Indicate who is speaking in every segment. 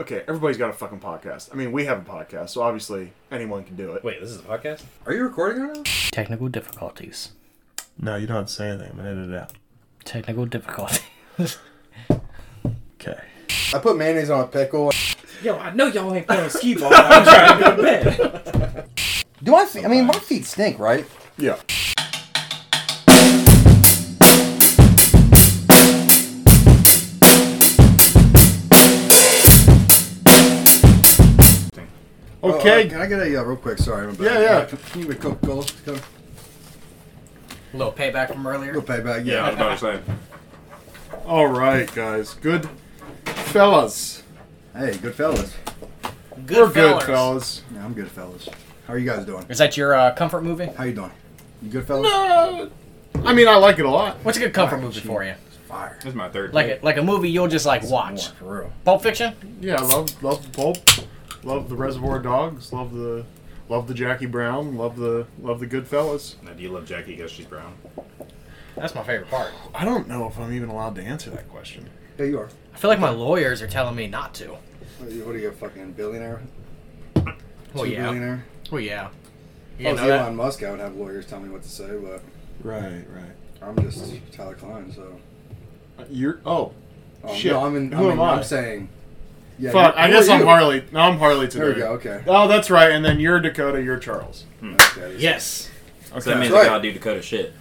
Speaker 1: okay, everybody's got a fucking podcast. I mean, we have a podcast, so obviously anyone can do it.
Speaker 2: Wait, this is a podcast?
Speaker 3: Are you recording right now?
Speaker 4: Technical difficulties.
Speaker 5: No, you don't have to say anything. I'm gonna edit it out.
Speaker 4: Technical difficulties.
Speaker 5: Okay.
Speaker 3: I put mayonnaise on a pickle.
Speaker 2: Yo, I know y'all ain't playing skee ball. I'm trying to go to bed.
Speaker 3: Do my feet? I mean, my feet stink, right?
Speaker 1: Yeah.
Speaker 6: Oh,
Speaker 3: Uh,
Speaker 1: Okay.
Speaker 3: can I get a uh, real quick? Sorry, I'm back.
Speaker 1: Yeah, yeah.
Speaker 3: Can you get Coca Cola?
Speaker 6: A little payback from earlier.
Speaker 3: Go pay back.
Speaker 2: Yeah, I
Speaker 3: Yeah.
Speaker 2: was about to say.
Speaker 1: All right, guys. Good fellas.
Speaker 3: Hey, good fellas.
Speaker 6: Good
Speaker 1: We're
Speaker 6: fellers.
Speaker 1: good fellas.
Speaker 3: Yeah, I'm good fellas. How are you guys doing?
Speaker 6: Is that your uh, comfort movie?
Speaker 3: How you doing? You good fellas?
Speaker 1: Uh, I mean, I like it a lot.
Speaker 6: What's a good comfort movie for you?
Speaker 3: Fire.
Speaker 2: This is my third.
Speaker 6: Like
Speaker 2: date.
Speaker 6: a, like a movie you'll just like watch.
Speaker 3: More, for real.
Speaker 6: Pulp Fiction.
Speaker 1: Yeah, I love love Pulp, love the Reservoir Dogs, love the love the Jackie Brown, love the love the Goodfellas.
Speaker 2: Now, do you love Jackie because she's brown?
Speaker 6: That's my favorite part.
Speaker 1: I don't know if I'm even allowed to answer that question.
Speaker 3: Yeah, you are.
Speaker 6: I feel like my lawyers are telling me not to.
Speaker 3: What are you, what are you a fucking billionaire?
Speaker 1: Oh,
Speaker 6: Well,
Speaker 3: Two
Speaker 6: yeah.
Speaker 3: Billionaire?
Speaker 6: Well, yeah.
Speaker 3: If
Speaker 6: You
Speaker 3: I
Speaker 6: didn't
Speaker 3: was
Speaker 6: know that?
Speaker 3: Elon Musk, I would have lawyers tell me what to say, but
Speaker 1: Right, right.
Speaker 3: I'm just Tyler Klein, so.
Speaker 1: You're oh,
Speaker 3: Um,
Speaker 1: Shit.
Speaker 3: No, I'm in,
Speaker 1: Who
Speaker 3: I
Speaker 1: am
Speaker 3: mean,
Speaker 1: I?
Speaker 3: I'm saying. Yeah,
Speaker 1: fuck!
Speaker 3: you-
Speaker 1: I
Speaker 3: who are
Speaker 1: guess I'm
Speaker 3: you?
Speaker 1: Harley. No, I'm Harley today.
Speaker 3: There we go. Okay.
Speaker 1: Oh, that's right. And then you're Dakota. You're Charles.
Speaker 3: Okay.
Speaker 6: Yes.
Speaker 2: So that means
Speaker 3: Right.
Speaker 2: I gotta do Dakota shit.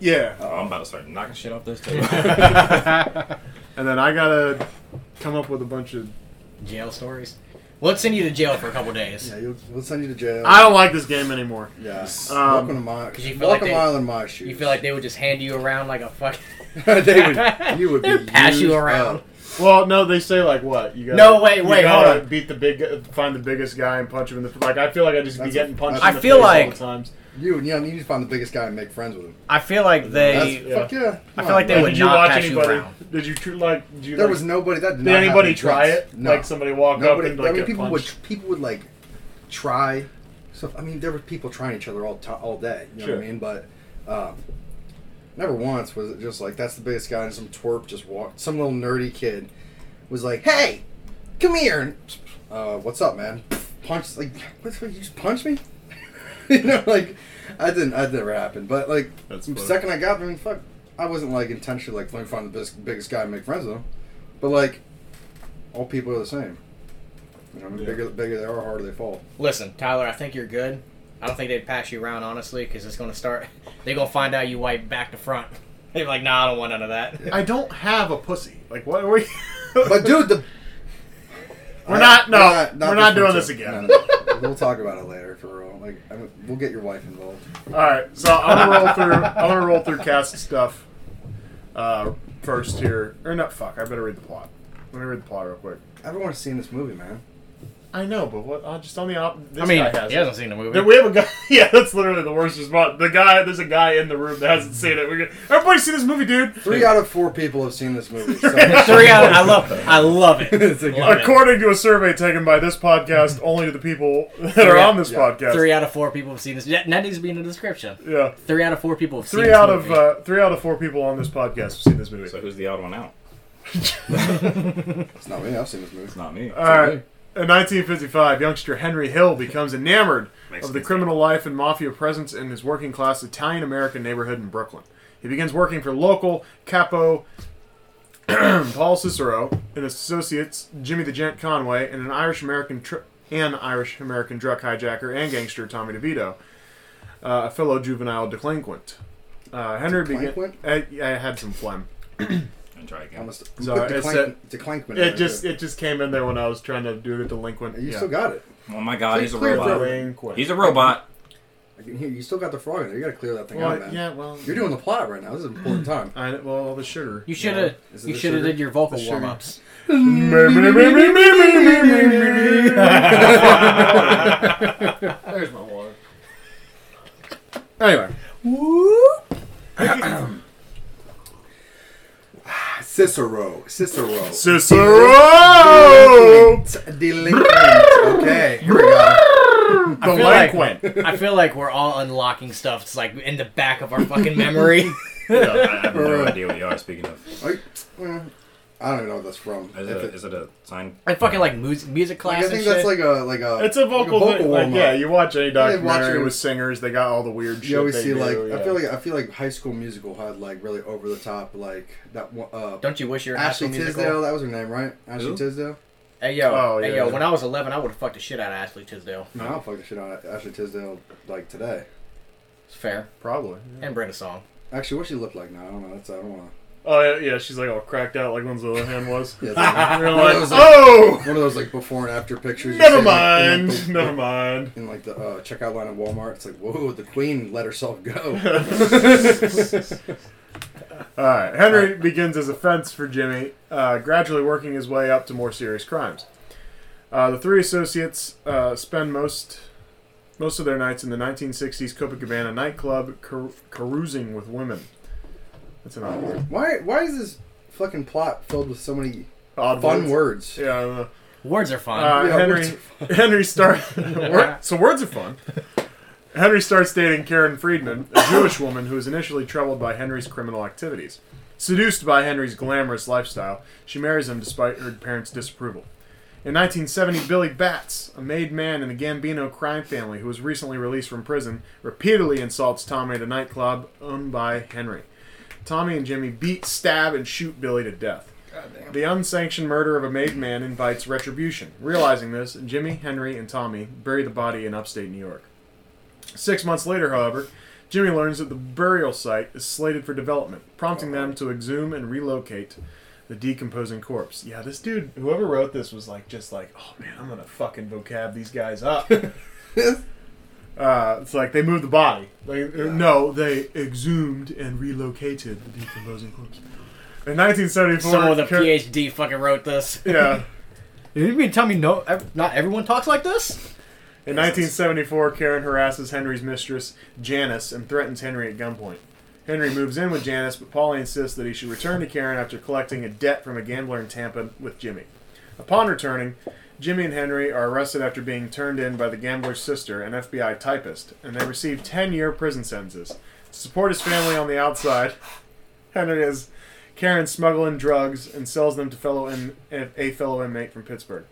Speaker 1: Yeah.
Speaker 2: Oh, I'm about to start knocking shit off this table.
Speaker 1: And then I gotta come up with a bunch of.
Speaker 6: Jail stories. Well, let's send you to jail for a couple days.
Speaker 3: Yeah, you'll, we'll send you to jail.
Speaker 1: I don't like this game anymore.
Speaker 3: yeah.
Speaker 1: Um,
Speaker 3: welcome to my.
Speaker 6: 'Cause you
Speaker 3: Welcome
Speaker 6: feel like they-
Speaker 3: mile in my shoes.
Speaker 6: You feel like they would just hand you around like a fuck.
Speaker 3: they would. You would
Speaker 6: They
Speaker 3: be
Speaker 6: would pass you
Speaker 3: used
Speaker 6: around.
Speaker 3: up.
Speaker 1: Well, no, they say like what you gotta.
Speaker 6: No, wait,
Speaker 1: you
Speaker 6: wait,
Speaker 1: gotta
Speaker 6: hold on.
Speaker 1: Beat the big, find the biggest guy and punch him in the like. I feel like I just be
Speaker 3: That's a-
Speaker 1: getting punched.
Speaker 3: I
Speaker 1: in the
Speaker 6: feel
Speaker 1: face all
Speaker 6: like-
Speaker 1: the times.
Speaker 3: You, you know, you need to find the biggest guy and make friends with him.
Speaker 6: I feel like
Speaker 3: That's,
Speaker 6: they.
Speaker 1: yeah.
Speaker 3: Fuck yeah.
Speaker 6: I feel like they
Speaker 1: Like,
Speaker 6: would
Speaker 1: did you
Speaker 6: not
Speaker 1: watch
Speaker 6: pass you
Speaker 1: anybody?
Speaker 6: around.
Speaker 1: did you tr- like? Did you?
Speaker 3: There
Speaker 1: like,
Speaker 3: was nobody that did,
Speaker 1: Did
Speaker 3: not
Speaker 1: anybody
Speaker 3: have the
Speaker 1: try
Speaker 3: guts.
Speaker 1: it?
Speaker 3: No.
Speaker 1: Like somebody walk
Speaker 3: nobody,
Speaker 1: up and like
Speaker 3: I mean,
Speaker 1: get
Speaker 3: people
Speaker 1: punched.
Speaker 3: would people would like try. So I mean, there were people trying each other all ti all day. You know
Speaker 1: Sure.
Speaker 3: what I mean? But um, never once was it just like that's the biggest guy and some twerp just walked. Some little nerdy kid was like, "Hey, come here!" And uh, what's up, man? Punch like what the fuck, You just punch me? you know, like I didn't. That never happened. But like
Speaker 1: That's
Speaker 3: the
Speaker 1: funny.
Speaker 3: second I got there, I mean, fuck, I wasn't like intentionally like let me find the biggest, biggest guy and make friends with him. But like all people are the same. You know, the
Speaker 1: Yeah.
Speaker 3: bigger, the bigger they are, the harder they fall.
Speaker 6: Listen, Tyler, I think you're good. I don't think they'd pass you around honestly because it's gonna start. They gonna find out you wipe back to front. They're like, nah, I don't want none of that.
Speaker 1: I don't have a pussy. Like what are we?
Speaker 3: But dude, the
Speaker 1: We're not- no, we're not doing
Speaker 3: one,
Speaker 1: this
Speaker 3: too.
Speaker 1: again.
Speaker 3: No, no, no. we'll talk about it later for real. Like, I mean, we'll get your wife involved.
Speaker 1: all right, so I'm gonna roll through. I'm gonna roll through cast stuff uh, first here. Or not? Fuck! I better read the plot. Let me read the plot real quick.
Speaker 3: Everyone's seen this movie, man.
Speaker 1: I know, but what? Uh, just on the op. This
Speaker 6: I mean,
Speaker 1: guy has
Speaker 6: he
Speaker 1: it.
Speaker 6: hasn't seen the movie.
Speaker 1: There- we have a guy. Yeah, that's literally the worst response. The guy, there's a guy in the room that hasn't seen it. We're gonna, everybody see this movie, dude.
Speaker 3: Three out of four people have seen this movie. So
Speaker 6: Three out. I love. I love it.
Speaker 3: It's a good-
Speaker 6: Love it.
Speaker 1: According to a survey taken by this podcast, only to the people that are
Speaker 6: Mm-hmm. Three out-
Speaker 1: on this
Speaker 3: yeah.
Speaker 1: podcast.
Speaker 6: Three out of four people have seen this. That, that needs to be in the description.
Speaker 1: yeah,
Speaker 6: Three out of four people have seen
Speaker 1: three
Speaker 6: this
Speaker 1: out of
Speaker 6: movie.
Speaker 1: uh, three out of four people on this podcast have seen this movie.
Speaker 2: so who's the odd one out?
Speaker 3: it's not me. I've seen this movie.
Speaker 2: It's not me.
Speaker 1: All right. In 1955, youngster Henry Hill becomes enamored
Speaker 2: Makes
Speaker 1: of the
Speaker 2: sense.
Speaker 1: criminal life and mafia presence in his working class Italian American neighborhood in Brooklyn. He begins working for local capo Paul Cicero and his associates Jimmy the Gent Conway and an Irish American tr- and Irish American drug hijacker and gangster Tommy DeVito, uh, a fellow juvenile delinquint. Uh, Henry began.
Speaker 3: Delinquent?
Speaker 1: I, I had some phlegm.
Speaker 2: And try again.
Speaker 3: Almost. who
Speaker 1: Sorry,
Speaker 3: put
Speaker 1: it's
Speaker 3: Declank- Declankman.
Speaker 1: It just it just came in there when I was trying to do the delinquent.
Speaker 3: You
Speaker 1: yeah.
Speaker 3: still got it.
Speaker 2: Oh my god, he's a
Speaker 3: Clear
Speaker 2: robot.
Speaker 3: throat.
Speaker 1: Delinquent.
Speaker 2: He's a robot.
Speaker 3: I can hear you. Still got the frog in there. You got to clear that thing
Speaker 1: Well,
Speaker 3: out, man.
Speaker 1: yeah, well,
Speaker 3: You're doing the plot right now. This is an important time.
Speaker 1: I, well, all the sugar.
Speaker 6: You should have.
Speaker 3: Is it
Speaker 6: You
Speaker 3: the
Speaker 6: should have
Speaker 3: sugar?
Speaker 6: did your vocal
Speaker 3: The sugar.
Speaker 6: warm ups.
Speaker 1: There's my water. Anyway,
Speaker 3: Cicero. Cicero.
Speaker 1: Cicero
Speaker 3: Delinquent. Okay. Here we go.
Speaker 1: delinquent.
Speaker 6: I feel like we're all unlocking stuff. It's like in the back of our fucking memory.
Speaker 2: I have no idea what you are speaking of.
Speaker 3: Like, eh, I, I don't even know what that's from.
Speaker 7: Is
Speaker 3: If
Speaker 7: it,
Speaker 3: it-
Speaker 7: a, is it a sign?
Speaker 6: And fucking like music, music
Speaker 3: like,
Speaker 6: class
Speaker 3: I think
Speaker 6: and
Speaker 3: that's
Speaker 6: shit.
Speaker 3: like a like a
Speaker 1: It's a vocal,
Speaker 3: like
Speaker 1: thing. Like,
Speaker 3: warm-up.
Speaker 1: yeah, you watch any
Speaker 3: watch
Speaker 1: documentary
Speaker 3: it.
Speaker 1: with singers, they got all the weird shit.
Speaker 3: You always
Speaker 1: they
Speaker 3: see
Speaker 1: do,
Speaker 3: like
Speaker 1: yeah.
Speaker 3: I feel like I feel like High School Musical had like really over the top like that one. Uh,
Speaker 6: Don't you wish you were in high
Speaker 3: Ashley
Speaker 6: school musical?
Speaker 3: Tisdale, that was her name, right? Ashley
Speaker 7: Who?
Speaker 3: Tisdale.
Speaker 6: Hey yo,
Speaker 1: Oh, yeah,
Speaker 6: hey yo.
Speaker 1: yeah.
Speaker 6: When I was 11, I would have fucked the shit out of Ashley Tisdale.
Speaker 3: No, I'll fuck the shit out of Ashley Tisdale like today.
Speaker 6: It's fair.
Speaker 1: probably. yeah.
Speaker 6: And Brenda Song.
Speaker 3: Actually, what she looked like now, I don't know. That's I don't want
Speaker 1: Oh yeah, yeah, she's like all cracked out like Lindsay Lohan was.
Speaker 3: to. Yeah,
Speaker 1: You're
Speaker 3: Well,
Speaker 1: like,
Speaker 3: it was like-
Speaker 1: oh,
Speaker 3: it's one of those like before and after pictures. you
Speaker 1: never
Speaker 3: see, like, in,
Speaker 1: mind,
Speaker 3: like, the-
Speaker 1: never mind.
Speaker 3: In like the uh, checkout line at Walmart, it's like, whoa, the queen let herself go.
Speaker 1: All right, Henry begins his offense for Jimmy, uh, gradually working his way up to more serious crimes. Uh, the three associates uh, spend most most of their nights in the 1960s Copacabana nightclub car- carousing with women. That's an odd word.
Speaker 3: why? Why is this fucking plot filled with so many
Speaker 1: Odd
Speaker 3: fun
Speaker 1: words.
Speaker 3: words?
Speaker 1: Yeah, I don't know.
Speaker 6: Words are fun.
Speaker 1: Uh,
Speaker 3: Yeah,
Speaker 1: Henry
Speaker 3: words
Speaker 1: Henry starts. so words are fun. Henry starts dating Karen Friedman, a Jewish woman who is initially troubled by Henry's criminal activities. Seduced by Henry's glamorous lifestyle, she marries him despite her parents' disapproval. In 1970, Billy Batts, a made man in the Gambino crime family who was recently released from prison, repeatedly insults Tommy at a nightclub owned by Henry. Tommy and Jimmy beat, stab, and shoot Billy to death. The unsanctioned murder of a made man invites retribution. Realizing this, Jimmy, Henry, and Tommy bury the body in upstate New York. Six months later, however, Jimmy learns that the burial site is slated for development, prompting them to exhume and relocate the decomposing corpse. Yeah, this dude, whoever wrote this was like, just like, oh man, I'm gonna fucking vocab these guys up. Uh, it's like they moved the body. They, uh, No, they exhumed and relocated the decomposing corpse. In 1974,
Speaker 6: Someone with a
Speaker 1: Kurt-
Speaker 6: PhD fucking wrote this.
Speaker 1: yeah.
Speaker 6: You mean to tell me no? ev- Not everyone talks like this?
Speaker 1: In 1974, Karen harasses Henry's mistress, Janice, and threatens Henry at gunpoint. Henry moves in with Janice, but Polly insists that he should return to Karen after collecting a debt from a gambler in Tampa with Jimmy. Upon returning, Jimmy and Henry are arrested after being turned in by the gambler's sister, an FBI typist, and they receive 10 year prison sentences. To support his family on the outside, Henry is Karen smuggling drugs and sells them to fellow in, a fellow inmate from Pittsburgh.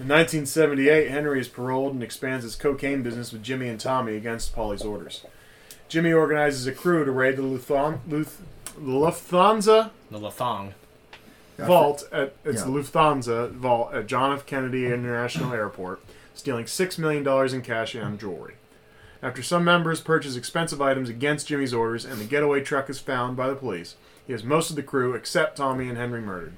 Speaker 1: In 1978, Henry is paroled and expands his cocaine business with Jimmy and Tommy against Polly's orders. Jimmy organizes a crew to raid the Luthon, Luth, Lufthansa
Speaker 6: The Lathong.
Speaker 1: vault at it's
Speaker 5: Yeah.
Speaker 1: the Lufthansa vault at John F. Kennedy International Airport, stealing six million dollars in cash and jewelry. After some members purchase expensive items against Jimmy's orders, and the getaway truck is found by the police, he has most of the crew except Tommy and Henry murdered.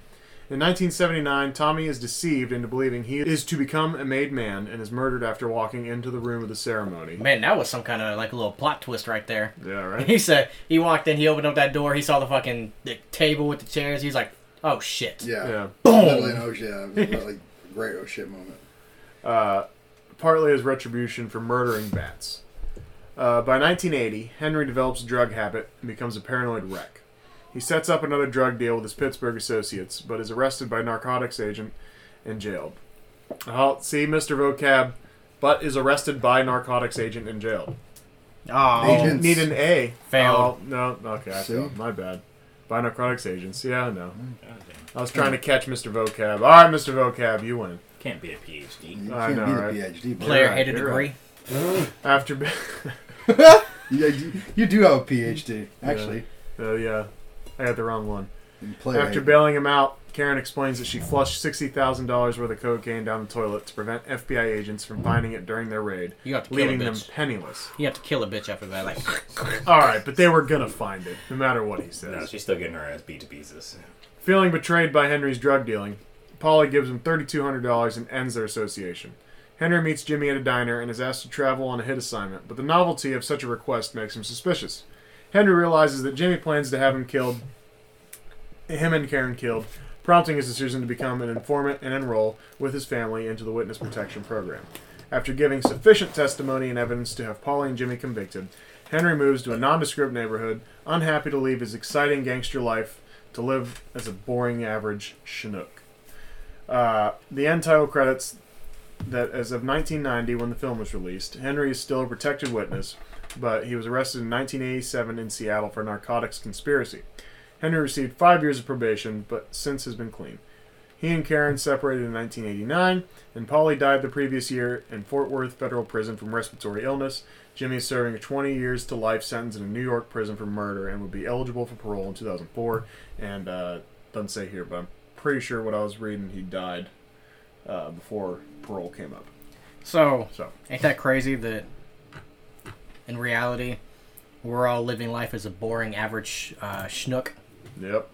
Speaker 1: In 1979, Tommy is deceived into believing he is to become a made man and is murdered after walking into the room of the ceremony.
Speaker 6: Man, that was some kind of like a little plot twist right there.
Speaker 1: Yeah, right.
Speaker 6: He said he walked in, he opened up that door, he saw the fucking the table with the chairs. He's like, oh shit.
Speaker 3: Yeah.
Speaker 1: Yeah.
Speaker 3: Literally an oh yeah, it was like great oh shit moment.
Speaker 1: partly as retribution for murdering bats. Uh, by 1980, Henry develops a drug habit and becomes a paranoid wreck. He sets up another drug deal with his Pittsburgh associates, but is arrested by a narcotics agent and jailed. Oh, see, Mr. Vocab, but is arrested by narcotics agent and jailed.
Speaker 6: Oh,
Speaker 3: Agents.
Speaker 1: Need an A.
Speaker 6: Failed.
Speaker 1: Oh, no, okay, I
Speaker 3: See?
Speaker 1: failed. My bad. By narcotics agents. Yeah, no. I was trying to catch Mr. Vocab. All right, Mr. Vocab, you win.
Speaker 7: Can't be a PhD.
Speaker 3: You
Speaker 1: I
Speaker 3: can't
Speaker 1: know,
Speaker 3: be the
Speaker 1: right?
Speaker 3: PhD
Speaker 6: player
Speaker 3: player.
Speaker 1: right,
Speaker 6: hated
Speaker 1: you're
Speaker 6: degree.
Speaker 1: right. After.
Speaker 3: You, you, you do have a PhD, actually.
Speaker 1: Uh, yeah, I got the wrong one.
Speaker 3: in Player
Speaker 1: After
Speaker 3: hating.
Speaker 1: bailing him out, Karen explains that she flushed sixty thousand dollars worth of cocaine down the toilet to prevent FBI agents from finding it during their raid,
Speaker 6: You have to kill a
Speaker 1: leaving them
Speaker 6: bitch.
Speaker 1: penniless.
Speaker 6: You have to kill a bitch after that. Like,
Speaker 1: All right, but they were gonna find it, no matter what he says.
Speaker 7: No, she's still getting her ass beat to pieces.
Speaker 1: Feeling betrayed by Henry's drug dealing, Polly gives him $3,200 and ends their association. Henry meets Jimmy at a diner and is asked to travel on a hit assignment, but the novelty of such a request makes him suspicious. Henry realizes that Jimmy plans to have him killed, him and Karen killed, prompting his decision to become an informant and enroll with his family into the witness protection program. After giving sufficient testimony and evidence to have Polly and Jimmy convicted, Henry moves to a nondescript neighborhood, unhappy to leave his exciting gangster life to live as a boring average Chinook. Uh, the end title credits that as of 1990, when the film was released, Henry is still a protected witness, but he was arrested in 1987 in Seattle for narcotics conspiracy. Henry received five years of probation, but since has been clean. He and Karen separated in 1989, and Polly died the previous year in Fort Worth Federal Prison from respiratory illness. Jimmy is serving a 20 years to life sentence in a New York prison for murder and would be eligible for parole in 2004. And uh, doesn't say here, but I'm pretty sure what I was reading, he died uh, before parole came up.
Speaker 6: So,
Speaker 1: So
Speaker 6: ain't that crazy that in reality we're all living life as a boring average uh, schnook?
Speaker 1: yep,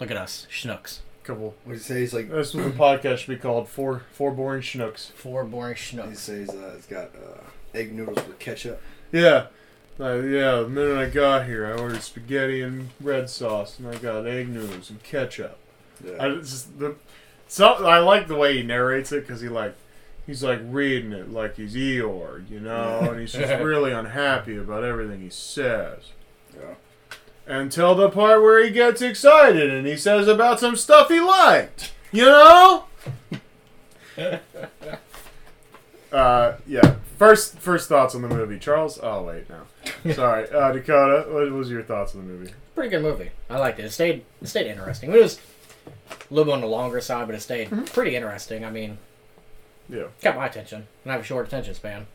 Speaker 6: Look at us, schnooks.
Speaker 1: couple.
Speaker 3: What he say? He's like,
Speaker 1: This was the podcast should be called Four Four Boring Schnooks.
Speaker 6: Four boring
Speaker 3: he
Speaker 6: schnooks.
Speaker 3: says uh, it's got uh, egg noodles with ketchup.
Speaker 1: Yeah. Uh, yeah, the minute I got here, I ordered spaghetti and red sauce, and I got egg noodles and ketchup. I
Speaker 3: Yeah.
Speaker 1: it's just the so I like the way he narrates it because he like he's like reading it like he's Eeyore, you know, and he's just really unhappy about everything he says.
Speaker 3: Yeah.
Speaker 1: Until the part where he gets excited and he says about some stuff he liked, you know. uh, yeah. First, first thoughts on the movie, Charles. Oh wait, no. Sorry, uh, Dakota. What was your thoughts on the movie?
Speaker 6: Pretty good movie. I liked it. It stayed, it stayed interesting. It was a little bit on the longer side, but it stayed pretty interesting. I mean,
Speaker 1: Yeah.
Speaker 6: got my attention, and I have a short attention span.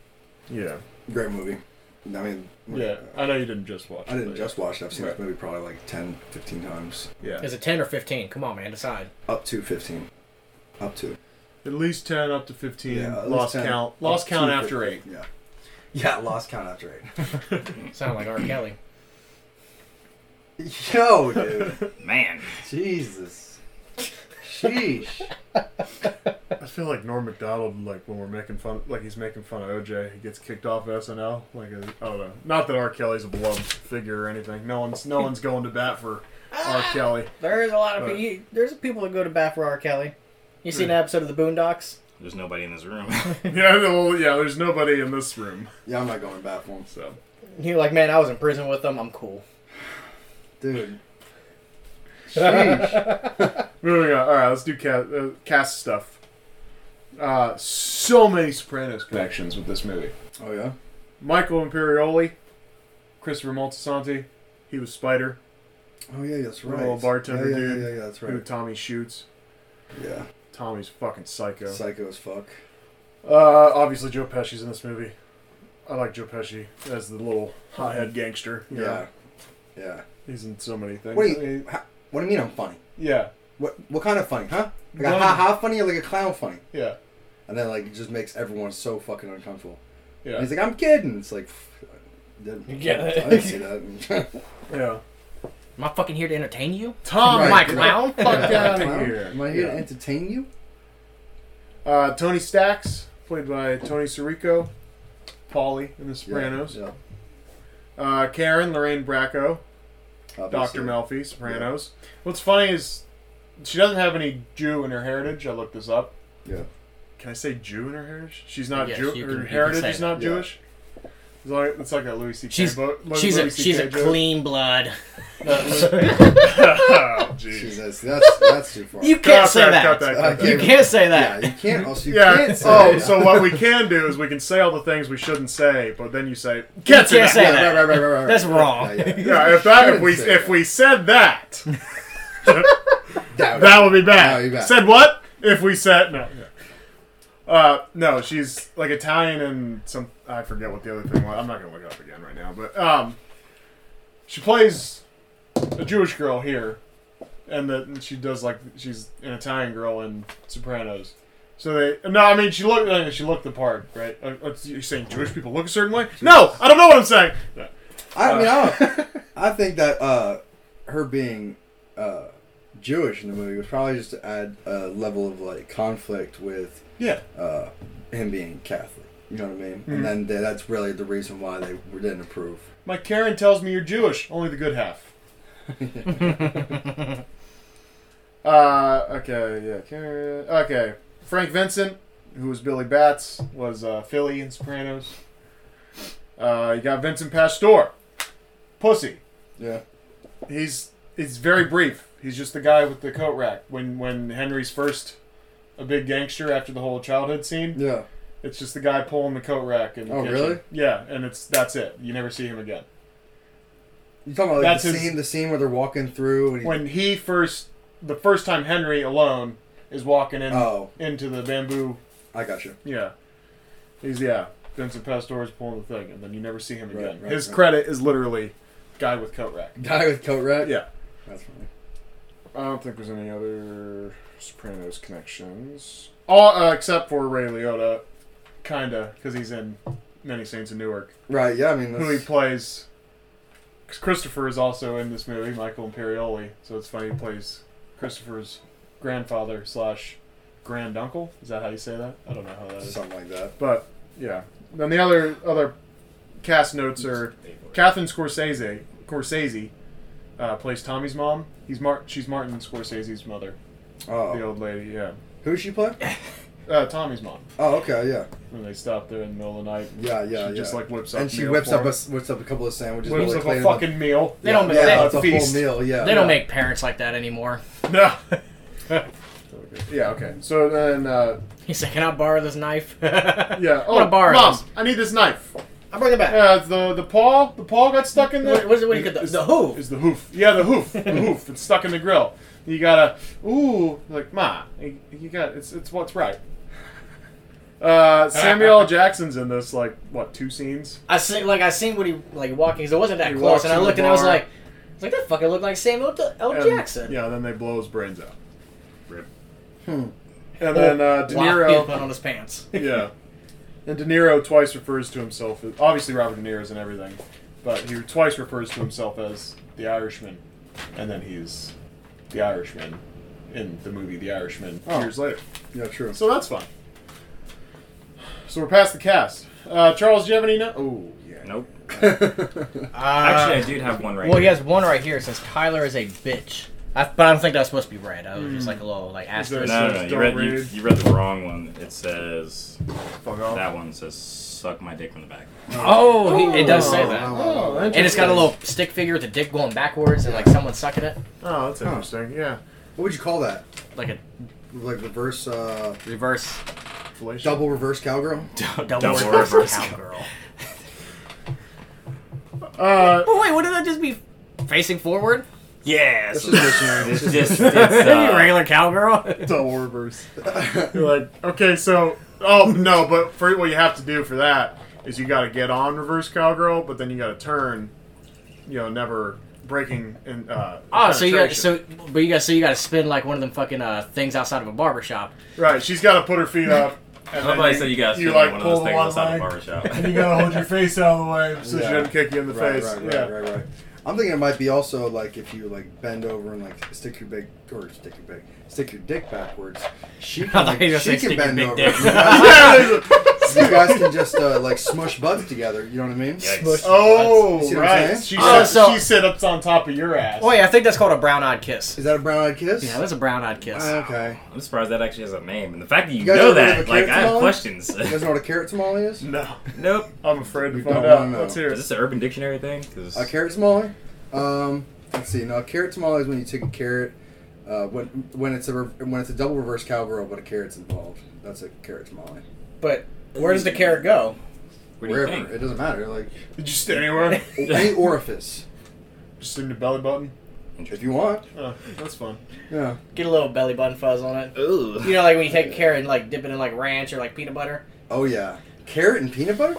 Speaker 1: Yeah.
Speaker 3: Great movie. I mean, uh,
Speaker 1: Yeah. I know you didn't just watch.
Speaker 3: I
Speaker 1: it,
Speaker 3: didn't
Speaker 1: but
Speaker 3: just watch it. I've seen
Speaker 1: Right.
Speaker 3: this movie probably like 10, 15 times.
Speaker 1: Yeah.
Speaker 6: Is it ten or fifteen? Come on, man, decide.
Speaker 3: Up to 15. Up to.
Speaker 1: At least ten up to fifteen.
Speaker 3: Yeah, at
Speaker 1: lost
Speaker 3: least 10.
Speaker 1: count. Lost
Speaker 3: Up
Speaker 1: count
Speaker 3: to
Speaker 1: after
Speaker 3: 15.
Speaker 1: eight.
Speaker 3: Yeah. Yeah, lost count after eight.
Speaker 6: Sound like R. Kelly.
Speaker 3: Yo, dude.
Speaker 7: Man,
Speaker 3: Jesus. Sheesh.
Speaker 1: I feel like Norm Macdonald, like when we're making fun, like he's making fun of OJ, he gets kicked off of SNL. Like I I don't know. Not that R. Kelly's a beloved figure or anything. No one's no one's going to bat for R. Kelly.
Speaker 6: There is a lot
Speaker 1: But-
Speaker 6: of pe- there's people that go to bat for R. Kelly. You seen an episode of The Boondocks?
Speaker 7: there's nobody in this room.
Speaker 1: Yeah, well, yeah. There's nobody in this room.
Speaker 3: Yeah, I'm not going back for him.
Speaker 1: So
Speaker 6: You're like, man, I was in prison with them. I'm cool.
Speaker 3: Dude. Sheesh.
Speaker 1: moving on. All right, let's do cast, uh, cast stuff. Uh, so many Sopranos connections with this movie.
Speaker 3: Oh, yeah?
Speaker 1: Michael Imperioli, Christopher Moltisanti, he was Spider.
Speaker 3: Oh, yeah, that's
Speaker 1: Little
Speaker 3: right.
Speaker 1: bartender
Speaker 3: yeah, yeah,
Speaker 1: dude.
Speaker 3: Yeah, yeah, yeah, that's
Speaker 1: who
Speaker 3: right.
Speaker 1: Tommy shoots.
Speaker 3: Yeah.
Speaker 1: Tommy's fucking psycho.
Speaker 3: Psycho as fuck.
Speaker 1: Uh, obviously, Joe Pesci's in this movie. I like Joe Pesci as the little hothead gangster. you know.
Speaker 3: Yeah. Yeah.
Speaker 1: he's in so many things.
Speaker 3: Wait.
Speaker 1: I mean,
Speaker 3: Ha- What do you mean I'm funny?
Speaker 1: yeah,
Speaker 3: What what kind of funny, huh? Like a
Speaker 1: Dumb.
Speaker 3: ha ha funny or like a clown funny?
Speaker 1: yeah,
Speaker 3: And then like it just makes everyone so fucking uncomfortable.
Speaker 1: yeah,
Speaker 3: And he's like, I'm kidding. It's like, I didn't,
Speaker 6: get it.
Speaker 3: I didn't see that.
Speaker 1: yeah.
Speaker 6: Am I fucking here to entertain you?
Speaker 1: Tom,
Speaker 3: Right.
Speaker 6: Am I a
Speaker 3: yeah.
Speaker 6: Oh clown?
Speaker 1: fuck out
Speaker 3: Clown?
Speaker 1: of here.
Speaker 3: Am I here
Speaker 1: Yeah.
Speaker 3: to entertain you?
Speaker 1: Uh, Tony Stacks, played by Tony Sirico, Paulie in The Sopranos.
Speaker 3: Yeah,
Speaker 1: Uh, Karen Lorraine Bracco,
Speaker 3: yeah,
Speaker 1: Doctor
Speaker 3: obviously.
Speaker 1: Melfi, Sopranos. What's funny is she doesn't have any Jew in her heritage. I looked this up.
Speaker 3: Yeah.
Speaker 1: Can I say Jew in her heritage? She's not
Speaker 6: Yes,
Speaker 1: Jew.
Speaker 6: you
Speaker 1: Her
Speaker 6: can- you can
Speaker 1: heritage
Speaker 6: say
Speaker 1: is
Speaker 6: it.
Speaker 1: not
Speaker 3: Yeah.
Speaker 1: Jewish. It's like, it's like a Louis C.K.
Speaker 6: She's-
Speaker 1: book. Louis-
Speaker 6: she's a
Speaker 1: Louis
Speaker 6: she's
Speaker 1: CK
Speaker 6: a
Speaker 1: joke.
Speaker 6: clean blood.
Speaker 1: oh, jeez.
Speaker 3: Jesus, that's that's too far.
Speaker 6: You
Speaker 1: Cut
Speaker 6: can't say
Speaker 1: that,
Speaker 6: that.
Speaker 1: cut that, cut
Speaker 3: Uh,
Speaker 1: that.
Speaker 6: You can't say
Speaker 3: yeah,
Speaker 6: that.
Speaker 3: you can't. Also, you
Speaker 1: Yeah.
Speaker 3: can't say
Speaker 1: Oh,
Speaker 3: that.
Speaker 1: so what we can do is we can say all the things we shouldn't say, but then you say
Speaker 6: can't
Speaker 1: say
Speaker 6: say
Speaker 1: that.
Speaker 6: that.
Speaker 3: right, right, right, right, right.
Speaker 6: That's wrong.
Speaker 3: Yeah, yeah, yeah.
Speaker 1: Yeah, if that if
Speaker 3: Shouldn't
Speaker 1: we
Speaker 3: say
Speaker 1: if
Speaker 3: that.
Speaker 1: we said that,
Speaker 3: That
Speaker 1: that would be
Speaker 3: That
Speaker 1: bad.
Speaker 3: would be bad.
Speaker 1: Said what? If we said no. Uh, no, she's like Italian and some. I forget what the other thing was. I'm not gonna look it up again right now, but um, she plays a Jewish girl here, and that she does like she's an Italian girl in Sopranos. So they no, I mean she looked I mean, she looked the part, right? Uh, uh, you're saying Jewish people look a certain way? No, I don't know what I'm saying.
Speaker 3: I mean, I,
Speaker 1: Uh,
Speaker 3: don't- I think that uh, her being uh, Jewish in the movie was probably just to add a level of like conflict with
Speaker 1: Yeah, Mm-hmm.
Speaker 3: uh, him being Catholic. You know what I mean? And then th- that's really the reason why they didn't approve.
Speaker 1: my Karen tells me you're Jewish, only the good half. Uh, okay, yeah, Karen. Okay, Frank Vincent, who was Billy Bats, was uh, Philly in Sopranos. Uh, you got Vincent Pastor, pussy.
Speaker 3: Yeah.
Speaker 1: He's it's very brief. He's just the guy with the coat rack. When when Henry's first a big gangster after the whole childhood scene,
Speaker 3: Yeah.
Speaker 1: it's just the guy pulling the coat rack. In the
Speaker 3: Oh,
Speaker 1: kitchen.
Speaker 3: really?
Speaker 1: Yeah, and it's that's it. You never see him again.
Speaker 3: You talking about like,
Speaker 1: That's
Speaker 3: the
Speaker 1: his-
Speaker 3: scene, the scene where they're walking through and he,
Speaker 1: when he first the first time Henry alone is walking in
Speaker 3: Oh.
Speaker 1: into the bamboo
Speaker 3: I got you.
Speaker 1: yeah he's yeah Vincent Pastore is pulling the thing and then you never see him
Speaker 3: Right,
Speaker 1: again
Speaker 3: right,
Speaker 1: his
Speaker 3: right.
Speaker 1: credit is literally guy with coat rack
Speaker 3: Guy with coat rack.
Speaker 1: yeah
Speaker 3: that's funny.
Speaker 1: I don't think there's any other Sopranos connections all uh, except for Ray Liotta kinda because he's in Many Saints in Newark
Speaker 3: Right. Yeah. I mean,
Speaker 1: who he
Speaker 3: that's,
Speaker 1: plays. 'cause Christopher is also in this movie, Michael Imperioli. So it's funny he plays Christopher's grandfather slash granduncle. Is that how you say that? I don't know how that is.
Speaker 3: something like that.
Speaker 1: But yeah. Then the other other cast notes are Catherine Scorsese. Scorsese uh, plays Tommy's mom. He's Mar- She's Martin Scorsese's mother, the
Speaker 3: Oh,
Speaker 1: old lady. Yeah.
Speaker 3: who she play?
Speaker 1: Uh, Tommy's mom.
Speaker 3: Oh, okay, yeah,
Speaker 1: When they stop there in the middle of the night.
Speaker 3: yeah, yeah,
Speaker 1: She
Speaker 3: yeah.
Speaker 1: just like whips up.
Speaker 3: and she
Speaker 1: meal
Speaker 3: whips
Speaker 1: for
Speaker 3: up
Speaker 1: him.
Speaker 3: a, whips up a couple of sandwiches.
Speaker 1: whips
Speaker 3: really
Speaker 1: up
Speaker 3: clean
Speaker 1: a
Speaker 3: 'em up.
Speaker 1: fucking meal.
Speaker 6: They don't
Speaker 3: yeah,
Speaker 6: make that
Speaker 3: it's a
Speaker 1: feast.
Speaker 3: full meal. Yeah,
Speaker 6: They don't
Speaker 3: yeah.
Speaker 6: make parents like that anymore.
Speaker 1: No. yeah. Okay. So then, uh,
Speaker 6: He's like, "Can I borrow this knife?" yeah.
Speaker 1: yeah. Oh,
Speaker 6: gonna borrow
Speaker 1: mom,
Speaker 6: this.
Speaker 1: I need this knife.
Speaker 6: I'll bring it back.
Speaker 1: Yeah, it's the the paw. The paw got stuck in the.
Speaker 6: What, what is it? What do you get? The,
Speaker 1: It's-
Speaker 6: the hoof.
Speaker 1: Is the hoof? Yeah, the hoof. The hoof. It's stuck in the grill. You gotta. Ooh, like ma. You you got. It's it's what's right. Uh, Samuel L. Jackson's in this like what two scenes?
Speaker 6: I seen like I seen what he like walking. 'cause It wasn't that
Speaker 1: He walks
Speaker 6: close, and I
Speaker 1: in the
Speaker 6: looked and I was
Speaker 1: bar.
Speaker 6: like, I was like that fucking looked like Samuel D- L.
Speaker 1: And,
Speaker 6: Oh, Jackson.
Speaker 1: Yeah, then they blow his brains out.
Speaker 7: Rip.
Speaker 1: And
Speaker 6: Oh,
Speaker 1: then uh, De
Speaker 6: Lock
Speaker 1: Niro.
Speaker 6: pin on his pants.
Speaker 1: yeah. And De Niro twice refers to himself as obviously Robert De Niro's and everything, but he twice refers to himself as the Irishman, and then he's the Irishman in the movie The Irishman
Speaker 3: Oh.
Speaker 1: years later.
Speaker 3: Yeah, true.
Speaker 1: So that's fun. So we're past the cast. Uh, Charles, do you have any? No- oh yeah.
Speaker 7: Nope.
Speaker 6: Uh,
Speaker 7: Actually, I did have one right.
Speaker 6: well, he
Speaker 7: here.
Speaker 6: has one right here. It says Tyler is a bitch. I, but I don't think that's supposed to be read. I was just like a little like
Speaker 1: Hmm. there
Speaker 6: asterisk.
Speaker 1: It
Speaker 7: No,
Speaker 1: says
Speaker 7: no, no. You
Speaker 1: don't
Speaker 7: read, you,
Speaker 1: read.
Speaker 7: you read the wrong one. It says
Speaker 1: Fuck off.
Speaker 7: that one says "suck my dick from the back."
Speaker 6: Oh, he, it does say
Speaker 3: Oh,
Speaker 6: that.
Speaker 3: wow.
Speaker 1: Oh,
Speaker 6: And it's got a little stick figure with a dick going backwards and like someone sucking it,
Speaker 1: Oh, that's interesting. Yeah.
Speaker 3: What would you call that?
Speaker 6: like a
Speaker 3: Like reverse, uh,
Speaker 6: reverse
Speaker 1: Fellation.
Speaker 3: double reverse cowgirl?
Speaker 6: double,
Speaker 7: Double
Speaker 6: reverse
Speaker 7: reverse
Speaker 6: cowgirl.
Speaker 1: Uh,
Speaker 6: Oh wait, wouldn't that just be facing forward?
Speaker 7: Yeah.
Speaker 3: This
Speaker 7: so
Speaker 3: is missionary.
Speaker 7: It's just it's, uh,
Speaker 6: regular cowgirl.
Speaker 1: double reverse. You're like, okay, so oh no, but for what you have to do for that is you got to get on reverse cowgirl, but then you got to turn, you know, never breaking and uh,
Speaker 6: Oh, so you got
Speaker 1: penetration.
Speaker 6: so, but you got so you got to spin like one of them fucking uh, things outside of a barber shop.
Speaker 1: right. She's got to put her feet up. And
Speaker 7: I
Speaker 1: then
Speaker 7: thought you said you guys
Speaker 1: you
Speaker 7: you
Speaker 1: like
Speaker 7: one of
Speaker 1: pull
Speaker 7: those
Speaker 1: the
Speaker 7: things
Speaker 1: one
Speaker 7: outside the
Speaker 1: leg, and you
Speaker 7: barbershop.
Speaker 1: gotta hold your face out of the way so
Speaker 3: Yeah.
Speaker 1: she doesn't kick you in the
Speaker 3: Right,
Speaker 1: face.
Speaker 3: right, right,
Speaker 1: yeah.
Speaker 3: right, right. I'm thinking it might be also like if you like bend over and like stick your big or stick your big stick your dick backwards. She
Speaker 6: I
Speaker 3: can,
Speaker 6: thought you
Speaker 3: like,
Speaker 6: were gonna
Speaker 3: she
Speaker 6: say
Speaker 3: can
Speaker 6: stick your
Speaker 3: bend
Speaker 6: big
Speaker 3: over.
Speaker 6: dick.
Speaker 3: You guys,
Speaker 1: Yeah, there's a-
Speaker 3: you guys can just uh, like smush butts together. You know what I mean?
Speaker 7: Yikes.
Speaker 1: oh,
Speaker 3: You see what I'm
Speaker 1: right.
Speaker 3: saying?
Speaker 1: She,
Speaker 6: Oh,
Speaker 1: sit,
Speaker 6: so-
Speaker 1: she sit ups on top of your ass.
Speaker 6: Oh yeah, I think that's called a brown eyed kiss.
Speaker 3: Is that a brown eyed kiss?
Speaker 6: Yeah, that's a Uh, brown eyed kiss.
Speaker 3: Ah, okay.
Speaker 7: I'm surprised that actually has a name, and the fact that you,
Speaker 3: You guys
Speaker 7: know
Speaker 3: ever heard of
Speaker 7: that,
Speaker 3: a
Speaker 7: like, I
Speaker 3: carrot
Speaker 7: have
Speaker 3: salad?
Speaker 7: questions.
Speaker 3: You guys know what a carrot tamale is?
Speaker 1: No,
Speaker 7: nope.
Speaker 1: I'm afraid to
Speaker 3: You
Speaker 1: find
Speaker 3: don't
Speaker 1: out.
Speaker 3: wanna know.
Speaker 1: Let's hear
Speaker 7: Is
Speaker 1: it.
Speaker 7: this an Urban Dictionary thing? 'Cause-
Speaker 3: A carrot tamale. Um, let's see. Now, a carrot tamale is when you take a carrot. Uh, when when it's a re- when it's a double reverse cowgirl, but a carrot's involved. That's a carrot tamale.
Speaker 6: But where does the carrot go?
Speaker 7: What do you
Speaker 3: Wherever
Speaker 7: think?
Speaker 3: it doesn't matter. Like
Speaker 1: Just anywhere,
Speaker 3: any orifice,
Speaker 1: just in your belly button.
Speaker 3: if you want.
Speaker 1: Oh, that's fun.
Speaker 3: Yeah.
Speaker 6: Get a little belly button fuzz on it.
Speaker 7: Ooh.
Speaker 6: You know, like when you take a carrot and like dip it in like ranch or like peanut butter.
Speaker 3: Oh yeah. Carrot and peanut butter.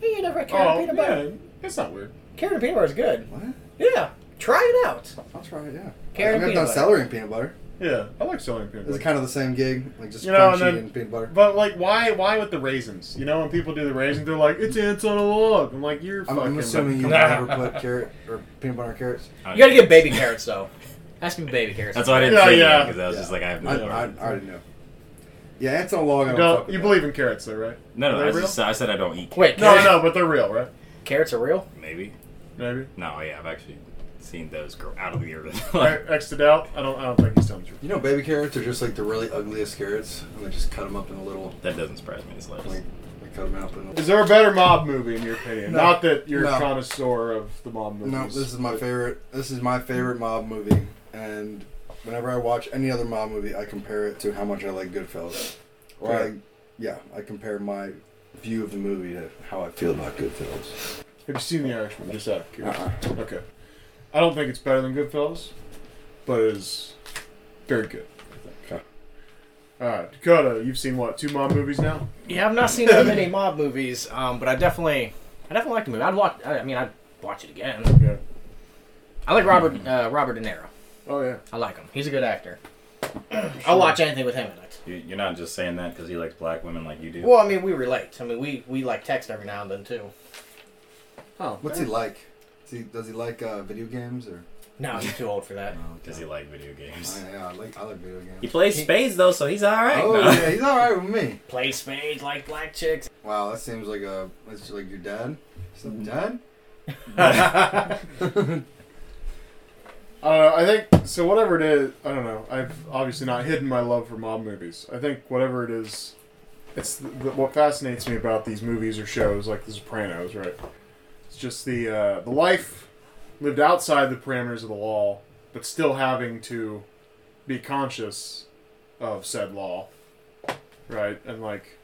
Speaker 6: Hey, you never had carrot and peanut butter.
Speaker 1: That's Oh, not weird.
Speaker 6: Carrot and peanut butter is good.
Speaker 3: What?
Speaker 6: Yeah, try it out.
Speaker 3: I'll try it. Yeah.
Speaker 6: Carrot
Speaker 3: I mean, I've
Speaker 6: and peanut
Speaker 3: done
Speaker 6: butter.
Speaker 3: celery and peanut butter.
Speaker 1: Yeah, I like selling peanut
Speaker 3: It's
Speaker 1: butter.
Speaker 3: kind of the same gig. Like just
Speaker 1: You know,
Speaker 3: crunchy
Speaker 1: and
Speaker 3: and,
Speaker 1: then-
Speaker 3: peanut butter.
Speaker 1: But like, why? Why with the raisins? You know, when people do the raisins, they're like, "It's ants on a log." I'm like, "You're
Speaker 3: I'm,
Speaker 1: fucking."
Speaker 3: I'm assuming you never put carrot or peanut butter on carrots.
Speaker 6: You gotta get baby carrots though. Has to be baby carrots.
Speaker 7: That's why I didn't
Speaker 1: Yeah,
Speaker 7: say
Speaker 1: yeah.
Speaker 7: because I was
Speaker 3: Yeah.
Speaker 7: just like, I have no
Speaker 3: I,
Speaker 7: idea.
Speaker 3: I, I already know. Yeah, ants on a log. I
Speaker 1: You,
Speaker 3: don't
Speaker 1: don't-
Speaker 3: fuck with
Speaker 1: you
Speaker 3: that.
Speaker 1: believe in carrots, though, right?
Speaker 7: no, no,
Speaker 1: Are
Speaker 7: I,
Speaker 1: they
Speaker 7: just, I said I don't eat carrots.
Speaker 6: Wait,
Speaker 1: No,
Speaker 6: carrots,
Speaker 1: no, but they're real, right?
Speaker 6: carrots are real.
Speaker 7: Maybe.
Speaker 1: Maybe.
Speaker 7: No, yeah, I've actually seen those grow out of the earth.
Speaker 1: Right,
Speaker 7: like,
Speaker 1: Xed it out. I don't. I don't think he's telling the truth.
Speaker 3: You know, baby carrots are just like the really ugliest carrots, and they just cut them up in a little.
Speaker 7: that doesn't surprise me as much.
Speaker 3: Like, they cut them up in a
Speaker 1: Is there a better mob movie in your opinion?
Speaker 3: No.
Speaker 1: Not that you're
Speaker 3: No.
Speaker 1: a connoisseur of the mob movies.
Speaker 3: No, this is my favorite. This is my favorite mob movie, and whenever I watch any other mob movie, I compare it to how much I like Goodfellas. Or I,
Speaker 1: Fair.
Speaker 3: yeah, I compare my view of the movie to how I feel about Goodfellas. Uh-uh.
Speaker 1: Have you seen The Irishman? Just out of curiosity. Okay. I don't think it's better than Goodfellas, but it is very good.
Speaker 3: Okay.
Speaker 1: All right, Dakota, you've seen what two mob movies now?
Speaker 6: Yeah, I've not seen that many mob movies, um, but I definitely, I definitely like the movie. I'd watch. I I mean, I'd watch it again.
Speaker 1: Yeah.
Speaker 6: I like Robert uh, Robert De Niro.
Speaker 1: Oh yeah.
Speaker 6: I like him. He's a good actor. I'll watch anything with him in it.
Speaker 7: You, you're not just saying that because he likes black women like you do.
Speaker 6: Well, I mean, we relate. I mean, we we like text every now and then too.
Speaker 1: Oh,
Speaker 3: What's he like? Does he, does he like uh, video games or?
Speaker 6: No, he's too old for that.
Speaker 7: Does he like video games?
Speaker 3: I, yeah, I like I like video
Speaker 7: He
Speaker 3: games.
Speaker 7: plays spades though, so he's all right.
Speaker 3: Oh
Speaker 7: No.
Speaker 3: yeah, he's all right with me.
Speaker 6: Play spades like black chicks.
Speaker 3: Wow, that seems like a that's like your dad. Is that dad?
Speaker 1: I don't know. Uh, I think so. Whatever it is, I don't know. I've obviously not hidden my love for mob movies. I think whatever it is, it's the, the, what fascinates me about these movies or shows like The Sopranos. Right? It's just the uh, the life lived outside the parameters of the law, but still having to be conscious of said law. Right? And like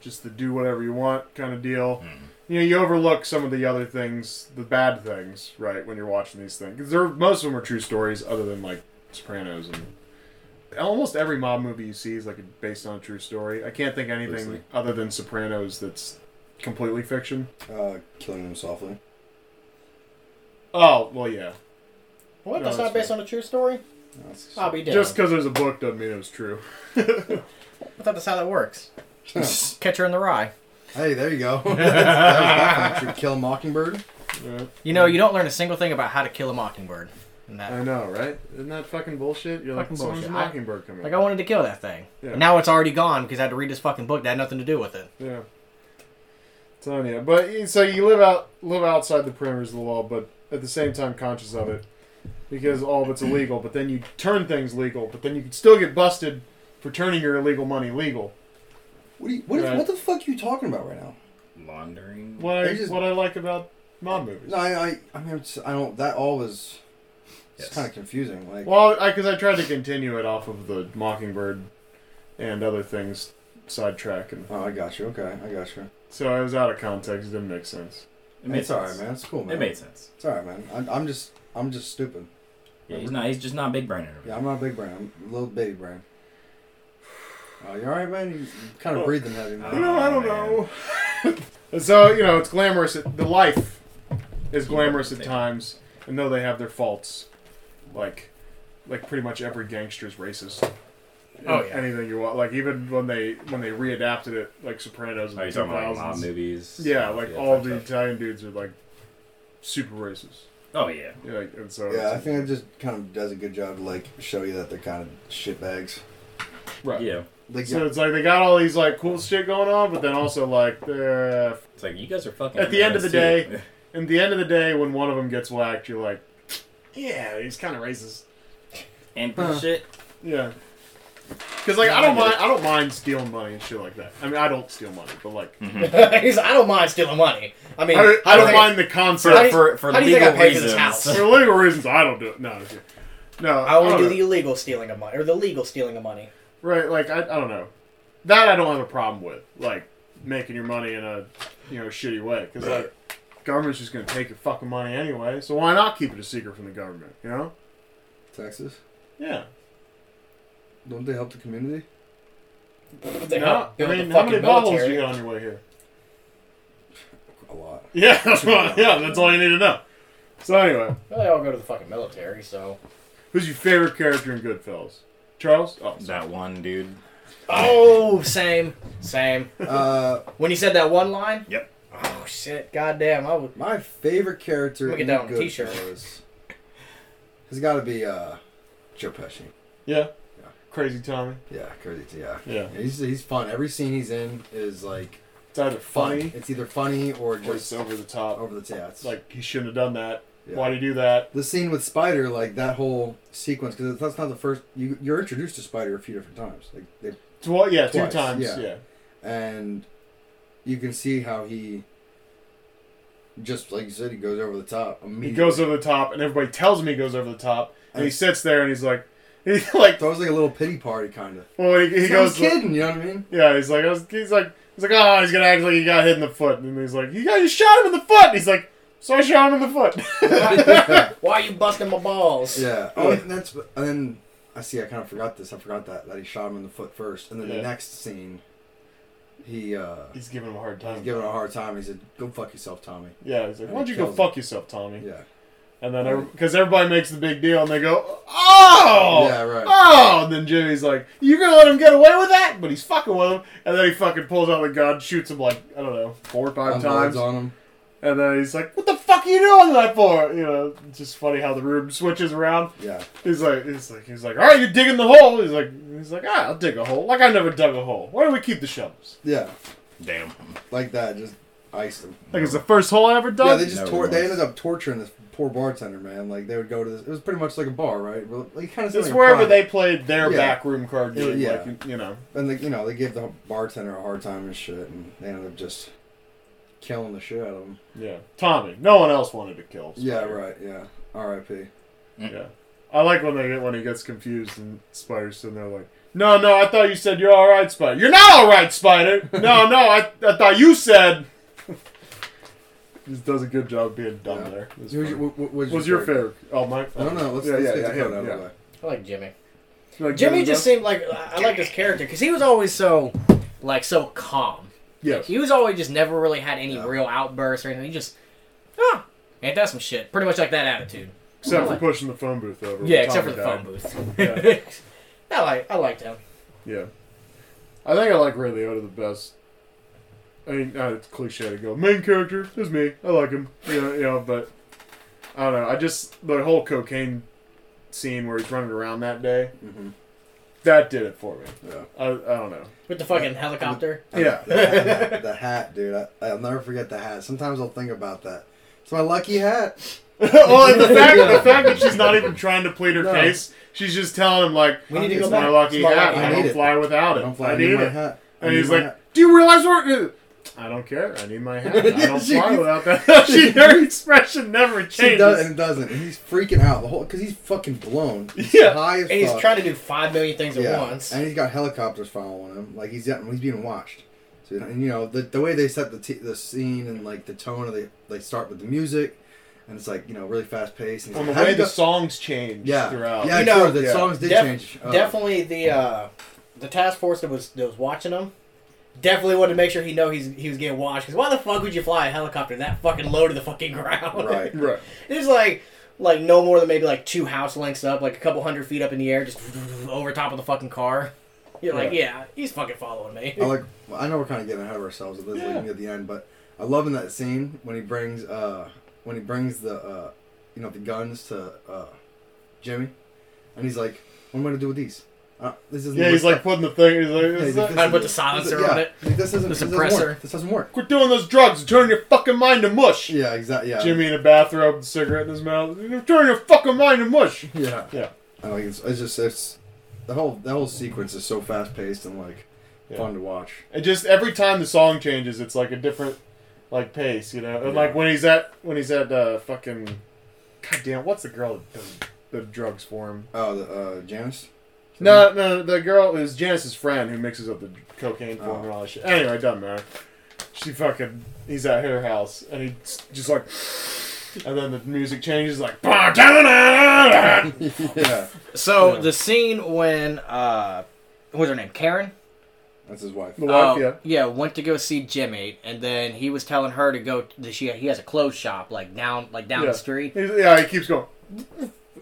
Speaker 1: just the do whatever you want kind of deal you know, you overlook some of the other things, the bad things, right, when you're watching these things. 'Cause They're, most of them are true stories, other than like Sopranos and almost every mob movie you see is like based on a true story. I can't think of anything
Speaker 7: Loosely.
Speaker 1: other than Sopranos that's completely fiction.
Speaker 3: Uh, killing them softly.
Speaker 1: Oh well, yeah,
Speaker 6: What?
Speaker 1: No,
Speaker 6: that's
Speaker 1: that's
Speaker 6: not based
Speaker 1: fine.
Speaker 6: on a true story.
Speaker 3: That's just-
Speaker 6: I'll be dead.
Speaker 1: just because there's a book doesn't mean it was true.
Speaker 6: I thought that's how that works. Catcher in the Rye.
Speaker 3: hey, there you go. That was definitely true. Kill a Mockingbird.
Speaker 1: Yeah,
Speaker 6: You know, you don't learn a single thing about how to kill a mockingbird. In that.
Speaker 1: I know, right? Isn't that fucking bullshit? You're like,
Speaker 6: Fucking
Speaker 1: "Someone's
Speaker 6: bullshit. I-
Speaker 1: Mockingbird coming.
Speaker 6: Like I wanted to kill that thing.
Speaker 1: Yeah.
Speaker 6: Now it's already gone because I had to read this fucking book that had nothing to do with it.
Speaker 1: Yeah. Telling you. But you- so you live out live outside the perimeters of the law, but at the same time conscious of it. Because all of it's illegal, but then you turn things legal, but then you can still get busted for turning your illegal money legal.
Speaker 3: What, do you, what, is-
Speaker 1: Right.
Speaker 3: what the fuck are you talking about right now?
Speaker 7: Laundering.
Speaker 1: What I,
Speaker 3: They just-
Speaker 1: what I like about mob movies.
Speaker 3: No, I, I, I mean, I'm just- I don't. That all was. It's
Speaker 7: Yes.
Speaker 3: kind of confusing. Like,
Speaker 1: Well, because I, tried to continue it off of the Mockingbird and other things sidetrack, and
Speaker 3: oh, I got you. Okay, I got you.
Speaker 1: so I was out of context. It didn't make sense.
Speaker 7: It made
Speaker 3: it's all right,
Speaker 7: sense.
Speaker 3: man. It's cool, man.
Speaker 7: It made sense.
Speaker 3: It's all right, man. I'm, I'm just, I'm just stupid.
Speaker 7: Yeah, he's not. He's just not big brain.
Speaker 3: Yeah, I'm not a big brain. I'm a little baby brain. Oh, you all right, man? You, you kind of breathing heavy, man.
Speaker 1: You know, I don't
Speaker 7: man.
Speaker 1: know. And so you know, it's glamorous. At, the life is glamorous at times, and though they have their faults, like like pretty much every gangster's racist.
Speaker 6: Oh, yeah.
Speaker 1: anything you want. Like even when they when they readapted it, like Sopranos. in
Speaker 7: Are you
Speaker 1: the
Speaker 7: Oh, talking about like, mob
Speaker 1: 2000s.
Speaker 7: movies?
Speaker 1: Yeah, like
Speaker 7: that
Speaker 1: all
Speaker 7: type
Speaker 1: the
Speaker 7: stuff?
Speaker 1: Italian dudes are like super racist.
Speaker 7: Oh yeah.
Speaker 1: Yeah, like, and so
Speaker 3: Yeah, I
Speaker 1: it's-
Speaker 3: think it just kind of does a good job to like show you that they're kind of shit bags.
Speaker 1: right.
Speaker 7: Yeah.
Speaker 3: Like,
Speaker 1: So
Speaker 3: yeah,
Speaker 1: it's like they got all these like cool shit going on, but then also like they're
Speaker 7: It's like you guys are fucking.
Speaker 1: At the end of the
Speaker 7: idiots, too.
Speaker 1: And at the end of the day, when one of them gets whacked, you're like, yeah, he's kind of racist.
Speaker 7: and shit.
Speaker 1: Yeah. Because like I don't mind, I don't mind stealing money and shit like that. I mean, I don't steal money, but like
Speaker 6: Mm. He's, I don't mind stealing money. I mean,
Speaker 1: I, I
Speaker 6: how do
Speaker 1: don't
Speaker 6: they-
Speaker 1: mind the
Speaker 7: For,
Speaker 1: concept.
Speaker 6: do you-
Speaker 7: for, for
Speaker 6: how do you
Speaker 7: legal
Speaker 6: think I paid for
Speaker 7: reasons.
Speaker 6: this house?
Speaker 1: for legal reasons, I don't do it. No, I'm kidding. no,
Speaker 6: I only
Speaker 1: don't
Speaker 6: do
Speaker 1: know.
Speaker 6: the illegal stealing of money or the legal stealing of money.
Speaker 1: right. Like I, I don't know that I don't have a problem with like making your money in a you know shitty way because like government's just gonna take your fucking money anyway, so why not keep it a secret from the government? You know?
Speaker 3: Texas.
Speaker 1: Yeah.
Speaker 3: Don't they help the community?
Speaker 6: They
Speaker 1: no,
Speaker 6: help
Speaker 1: I
Speaker 6: build the
Speaker 1: mean, how many
Speaker 6: fucking
Speaker 1: bottles
Speaker 6: military.
Speaker 1: you get on your way here?
Speaker 3: A lot.
Speaker 1: Yeah, that's what, yeah, that's all you need to know. So anyway.
Speaker 6: Well, they all go to the fucking military, so.
Speaker 1: Who's your favorite character in Goodfellas? Charles? Oh, sorry.
Speaker 7: That one dude.
Speaker 6: Oh, same, same.
Speaker 3: Uh,
Speaker 6: When you said that one line.
Speaker 7: Yep.
Speaker 6: Oh shit! Goddamn, I would.
Speaker 3: my favorite character.
Speaker 6: Look at
Speaker 3: in
Speaker 6: that on a t-shirt.
Speaker 3: Goodfellas Has got to be uh, Joe Pesci.
Speaker 1: yeah.
Speaker 3: Yeah.
Speaker 1: Crazy Tommy.
Speaker 3: Yeah, crazy. Yeah.
Speaker 1: Yeah.
Speaker 3: He's, he's fun. Every scene he's in is like
Speaker 1: It's either
Speaker 3: fun.
Speaker 1: funny
Speaker 3: It's either funny or
Speaker 1: or it's
Speaker 3: just
Speaker 1: over the top.
Speaker 3: over the tats.
Speaker 1: Like he shouldn't have done that.
Speaker 3: Yeah.
Speaker 1: Why'd he do that?
Speaker 3: the scene with Spider, like that whole sequence, because that's not the first you you're introduced to Spider a few different times, like they,
Speaker 1: Tw- yeah,
Speaker 3: Twice,
Speaker 1: two times.
Speaker 3: yeah.
Speaker 1: Yeah.
Speaker 3: and you can see how he just like you said, he Uh, goes over the top.
Speaker 1: He
Speaker 3: Immediately.
Speaker 1: goes over the top, and everybody tells him he goes over the top, and he
Speaker 3: I-
Speaker 1: sits there and he's like, he like,
Speaker 3: So it was like a little pity party kind of.
Speaker 1: well, he, he
Speaker 3: He goes
Speaker 1: goes,
Speaker 3: kidding, you know what I mean?
Speaker 1: yeah, he's "Ah, like, I was, he's like, he's like, oh, he's gonna act like he got hit in the foot, and then he's like, you got, you shot him in the foot, and he's like, So I shot him in the foot.
Speaker 6: Why are you busting my balls?
Speaker 3: Yeah. Oh, and that's and then I see. I kind of forgot this. I forgot that that he shot him in the foot first, and then
Speaker 1: Yeah.
Speaker 3: the next scene, he uh,
Speaker 1: he's giving him a hard
Speaker 3: he's
Speaker 1: time.
Speaker 3: giving him a hard time. He said, "Go fuck yourself, Tommy."
Speaker 1: yeah, he's like, why don't you go
Speaker 3: Kills him.
Speaker 1: fuck yourself, Tommy?
Speaker 3: Yeah.
Speaker 1: And then, because everybody makes the big deal and they go, oh!
Speaker 3: Yeah, right.
Speaker 1: Oh! And then Jimmy's like, you gonna let him get away with that? But he's fucking with him. And then he fucking pulls out the gun, shoots him like, I don't know, four or five
Speaker 3: Unloads
Speaker 1: times.
Speaker 3: on him.
Speaker 1: And then he's like, what the fuck are you doing that for? You know, it's just funny how the room switches around.
Speaker 3: Yeah.
Speaker 1: He's like, he's like, he's like, all right, you're digging the hole. He's like, he's like, ah, I'll dig a hole. Like I never dug a hole. Why do we keep the shovels?
Speaker 3: Yeah.
Speaker 7: Damn.
Speaker 3: Like that. Just iced him.
Speaker 1: Like it's the first hole I ever dug.
Speaker 3: Yeah, they just
Speaker 7: Never
Speaker 3: tor- they
Speaker 7: once.
Speaker 3: ended up torturing this poor bartender, man. Like they would go to this. It was pretty much like a bar, right? Well, Like kind of
Speaker 1: it's wherever they played their
Speaker 3: Yeah.
Speaker 1: backroom card game.
Speaker 3: Yeah.
Speaker 1: Like, you- you know,
Speaker 3: and they, you know they gave the bartender a hard time and shit, and they ended up just killing the shit out of him.
Speaker 1: yeah. Tommy, no one else wanted to kill. Spider.
Speaker 3: Yeah. Right. Yeah. R.I.P.
Speaker 1: Yeah. I like when they get when he gets confused and Spider's sitting there like, no, no, I thought you said you're all right, Spider. You're not all right, Spider. No, no, I, I thought you said. Just does a good job being dumb
Speaker 3: Yeah.
Speaker 1: there. It's
Speaker 3: Who's your-
Speaker 1: funny.
Speaker 3: wh- wh- what's
Speaker 1: What's your favorite? Oh, my.
Speaker 3: I don't know. Let's,
Speaker 1: Yeah,
Speaker 3: let's
Speaker 1: yeah,
Speaker 3: get
Speaker 1: yeah,
Speaker 3: the vote
Speaker 1: him,
Speaker 3: out
Speaker 1: yeah.
Speaker 3: of the way.
Speaker 6: I like Jimmy.
Speaker 1: Like,
Speaker 6: Jimmy
Speaker 1: Johnny
Speaker 6: just
Speaker 1: Depp?
Speaker 6: seemed like I I liked his character because he was always so like so calm.
Speaker 1: Yeah.
Speaker 6: He was always just never really had any
Speaker 3: Yeah.
Speaker 6: real outbursts or anything. He just ah, ain't that some shit? Pretty much like that attitude.
Speaker 1: Except for pushing the phone booth over.
Speaker 6: Yeah,
Speaker 1: when
Speaker 6: except for
Speaker 1: Tommy
Speaker 6: the
Speaker 1: died.
Speaker 6: phone booth.
Speaker 1: Yeah.
Speaker 6: I like I liked him.
Speaker 1: Yeah. I think I like Ray Liotta the best. I mean, uh, it's cliche to go, main character, is me. I like him. You know, you know, but I don't know. I just, the whole cocaine scene where he's running around that day,
Speaker 3: Mhm.
Speaker 1: that did it for me.
Speaker 3: Yeah.
Speaker 1: I, I don't know.
Speaker 6: With the fucking helicopter.
Speaker 1: Yeah.
Speaker 3: The hat, the hat, dude. I, I'll never forget the hat. Sometimes I'll think about that. It's my lucky hat.
Speaker 1: well, and the fact, the fact that she's not even trying to plead her case, she's just telling him, like,
Speaker 6: We need to
Speaker 1: it's
Speaker 6: go
Speaker 1: my
Speaker 6: back.
Speaker 1: lucky
Speaker 6: It's my
Speaker 1: hat. I
Speaker 6: lucky
Speaker 3: hat. I
Speaker 1: don't
Speaker 3: need it.
Speaker 1: fly without
Speaker 3: I
Speaker 1: it. I,
Speaker 3: don't fly. I
Speaker 1: need,
Speaker 3: need my
Speaker 1: it.
Speaker 3: hat. I
Speaker 1: And
Speaker 3: need
Speaker 1: he's
Speaker 3: my
Speaker 1: like,
Speaker 3: hat.
Speaker 1: "Do you realize we're?" I don't care. I need my hat. I don't
Speaker 3: She-
Speaker 1: fly without that. she, her expression never
Speaker 3: she does,
Speaker 1: changes.
Speaker 3: and it doesn't. And he's freaking out the whole because he's fucking blown. He's
Speaker 1: Yeah.
Speaker 3: high as
Speaker 6: And he's
Speaker 3: fuck.
Speaker 6: trying to do five million things at
Speaker 3: yeah.
Speaker 6: once.
Speaker 3: and he's got helicopters following him. Like he's he's being watched. So and you know the, the way they set the t- the scene and like the tone of the they start with the music, and it's like you know really fast paced. And he's
Speaker 1: On the
Speaker 3: like, "How do
Speaker 1: way
Speaker 3: you
Speaker 1: the
Speaker 3: go-"
Speaker 1: songs change
Speaker 3: yeah
Speaker 1: throughout.
Speaker 3: yeah
Speaker 6: You
Speaker 3: true,
Speaker 6: know,
Speaker 3: the
Speaker 1: yeah.
Speaker 3: songs did
Speaker 6: Def-
Speaker 3: change Uh,
Speaker 6: Definitely the uh, the task force that was that was watching him definitely wanted to make sure he know he's he was getting watched. Because why the fuck would you fly a helicopter that fucking low to the fucking ground?
Speaker 3: right.
Speaker 1: Right.
Speaker 6: It's like like no more than maybe like two house lengths up, like a couple hundred feet up in the air, just over top of the fucking car. You're like, yeah, he's fucking following me.
Speaker 3: I like. well, I know we're kind of getting ahead of ourselves with this
Speaker 1: Yeah.
Speaker 3: leading at the end, but I love in that scene when he brings uh when he brings the uh you know the guns to uh Jimmy, and he's like, "What am I gonna do with these? Uh, this isn't
Speaker 1: Yeah, he's like putting the thing. He's like,
Speaker 3: Yeah, he's
Speaker 1: "Is
Speaker 3: like,
Speaker 1: that-
Speaker 6: I'd put the
Speaker 3: isn't-
Speaker 6: silencer
Speaker 3: yeah,
Speaker 6: on it.
Speaker 3: Like, this isn't
Speaker 6: The
Speaker 3: this doesn't
Speaker 6: suppressor.
Speaker 3: work. This doesn't work.
Speaker 1: "Quit doing those drugs. and Turn your fucking mind to mush."
Speaker 3: Yeah, exactly. Yeah,
Speaker 1: Jimmy in a bathrobe, with a cigarette in his mouth. Turn your fucking mind to mush.
Speaker 3: Yeah,
Speaker 1: Yeah.
Speaker 3: I like it's, it's just it's the whole the whole sequence is so fast paced and like
Speaker 1: Yeah.
Speaker 3: fun to watch.
Speaker 1: It just every time the song changes, it's like a different like pace, you know. And like when he's at when he's at uh, fucking, goddamn, what's the girl that does the drugs for him?
Speaker 3: Oh, the uh, Janice.
Speaker 1: No, no, the girl is Janice's friend who mixes up the cocaine for him and all that shit. Anyway, it doesn't matter. She fucking, he's at her house, and he's just like, and then the music changes like, "Ba-da-da-da-da."
Speaker 3: yeah,
Speaker 6: So
Speaker 1: Yeah.
Speaker 6: the scene when uh, what was her name? Karen. Uh,
Speaker 3: that's his wife.
Speaker 1: the
Speaker 6: Oh.
Speaker 1: wife, yeah.
Speaker 6: went to go see Jimmy, and then he was telling her to go. that She he has a clothes shop like down like down
Speaker 1: Yeah.
Speaker 6: the street,
Speaker 1: He's, yeah, he keeps going.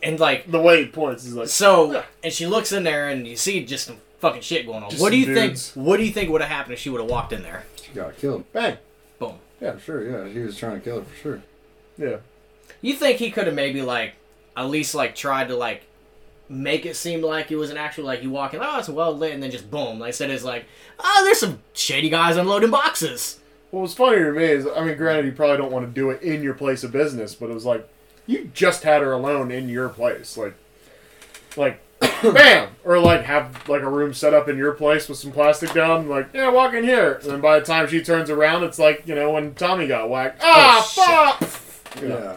Speaker 6: and like
Speaker 1: The way he points is like,
Speaker 6: so, and she looks in there, and you see just some fucking shit going on.
Speaker 1: Just
Speaker 6: what do
Speaker 1: some
Speaker 6: you
Speaker 1: dudes.
Speaker 6: think? What do you think would have happened if she would have walked in there?
Speaker 3: She got killed.
Speaker 1: bang.
Speaker 6: Boom.
Speaker 3: Yeah, for sure. Yeah, he was trying to kill her for sure.
Speaker 1: Yeah.
Speaker 6: You think he could have maybe like at least like tried to like make it seem like it was an actual like you walk in, oh it's well lit, and then just boom, like I said it's like oh there's some shady guys unloading boxes.
Speaker 1: What was funny to me is, I mean, granted, you probably don't want to do it in your place of business, but it was like, you just had her alone in your place, like, like, bam, or like have like a room set up in your place with some plastic down, like, yeah, walk in here, and then by the time she turns around, it's like you know when Tommy got whacked, ah, fuck. You know,
Speaker 3: Yeah.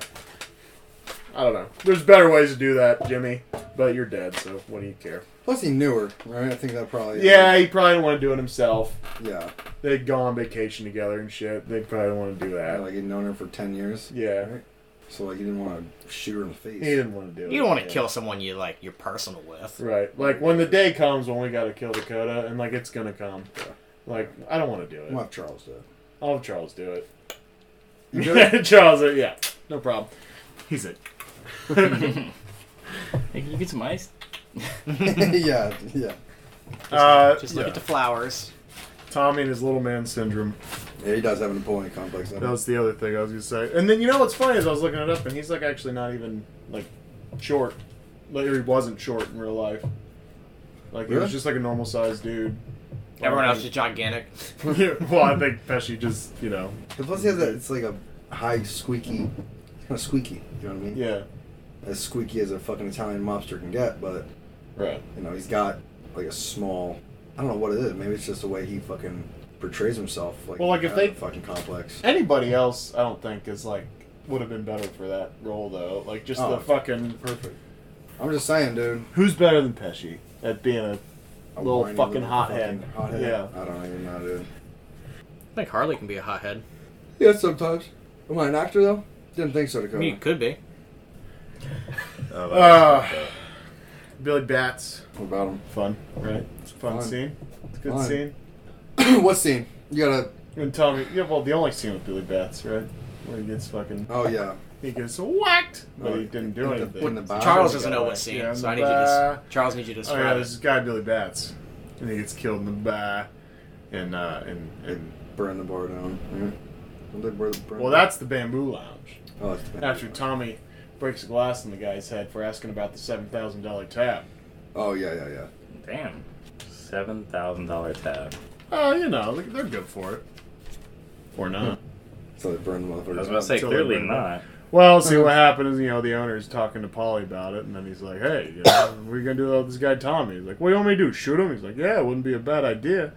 Speaker 1: I don't know. There's better ways to do that, Jimmy, but you're dead, so what do you care?
Speaker 3: Plus, he knew her, right? I think that probably.
Speaker 1: Yeah, he probably didn't want to do it himself.
Speaker 3: Yeah.
Speaker 1: They'd go on vacation together and shit. They probably didn't want to do that.
Speaker 3: Like, he'd known her for 10 years.
Speaker 1: yeah.
Speaker 3: So, like, he didn't want to shoot her in the face.
Speaker 1: He didn't want to do it.
Speaker 6: You don't want to
Speaker 1: Yeah.
Speaker 6: kill someone you like you're personal with.
Speaker 1: Right. Like when the day comes when we gotta kill Dakota and like it's gonna come. Like I don't wanna do it.
Speaker 3: We'll have Charles do it.
Speaker 1: I'll have Charles do it.
Speaker 3: You good?
Speaker 1: Charles uh, yeah. No problem. He's it.
Speaker 7: Hey, can you get some ice?
Speaker 3: yeah, yeah.
Speaker 1: Uh
Speaker 6: Just look
Speaker 1: yeah.
Speaker 6: at the flowers.
Speaker 1: Tommy and his little man syndrome.
Speaker 3: Yeah, he does have an Napoleon complex. I
Speaker 1: That
Speaker 3: don't-
Speaker 1: was the other thing I was gonna say. And then you know what's funny is I was looking it up and he's like actually not even like short. Like or he wasn't short in real life. Like he
Speaker 3: Really?
Speaker 1: was just like a normal sized dude.
Speaker 6: Everyone else is gigantic.
Speaker 1: well, I think Pesci just, you know,
Speaker 3: But plus, he has that, it's like a high, squeaky. Kind of squeaky. You know what I mean?
Speaker 1: yeah,
Speaker 3: As squeaky as a fucking Italian mobster can get, but,
Speaker 1: right.
Speaker 3: you know, he's got, like, a small. I don't know what it is. Maybe it's just the way he fucking portrays himself. Like,
Speaker 1: Well, like, if
Speaker 3: uh,
Speaker 1: they-
Speaker 3: Fucking complex.
Speaker 1: Anybody else, I don't think is like would have been better for that role though. Like just
Speaker 3: Oh.
Speaker 1: the fucking
Speaker 3: Perfect. I'm just saying, dude.
Speaker 1: who's better than Pesci at being a
Speaker 3: A
Speaker 1: Little
Speaker 3: whiny
Speaker 1: fucking hothead.
Speaker 3: fucking hothead.
Speaker 1: Yeah.
Speaker 3: I don't even know, dude.
Speaker 6: I think Harley can be a hothead.
Speaker 3: Yeah, sometimes. Am I an actor though? Didn't think so,
Speaker 6: I mean, you
Speaker 3: Dakota.
Speaker 6: could be.
Speaker 5: Oh,
Speaker 1: uh, Billy Bats?
Speaker 3: What about him?
Speaker 1: Fun, right? It's a fun,
Speaker 3: Fun.
Speaker 1: scene. It's a good
Speaker 3: Fun.
Speaker 1: scene.
Speaker 3: what scene? You gotta.
Speaker 1: And Tommy, yeah, well, the only scene with Billy Bats, right? Where he gets fucking,
Speaker 3: Oh yeah.
Speaker 1: he gets whacked, but
Speaker 3: Oh,
Speaker 1: he didn't do
Speaker 3: in the-
Speaker 1: anything.
Speaker 3: in the back.
Speaker 6: Charles
Speaker 1: think
Speaker 6: doesn't
Speaker 1: I
Speaker 6: know
Speaker 1: like
Speaker 6: what scene,
Speaker 1: him,
Speaker 6: so I need you to.
Speaker 1: but-
Speaker 6: s- Charles needs you to
Speaker 1: Oh yeah,
Speaker 6: describe
Speaker 1: there's this guy Billy Bats, and he gets killed in the back, and uh, and and
Speaker 3: Burn the bar down. Yeah. Don't they burn the burn
Speaker 1: well, that's the Bamboo Lounge.
Speaker 3: Oh, it's the-
Speaker 1: After Tommy breaks a glass in the guy's head for asking about the seven thousand dollar tab.
Speaker 3: Oh yeah, yeah, yeah.
Speaker 7: Damn. Seven thousand dollar tab.
Speaker 1: Oh, you know, they're good for it. Or not.
Speaker 3: So they burn the motherfucker.
Speaker 7: I was about to say,
Speaker 1: Totally
Speaker 7: clearly
Speaker 1: burned
Speaker 7: not.
Speaker 1: Well, see what happened is, you know, the owner's talking to Polly about it, and then he's like, "Hey, you know, what are you gonna do about this guy Tommy?" He's like, "What do you want me to do? Shoot him?" He's like, "Yeah, it wouldn't be a bad idea."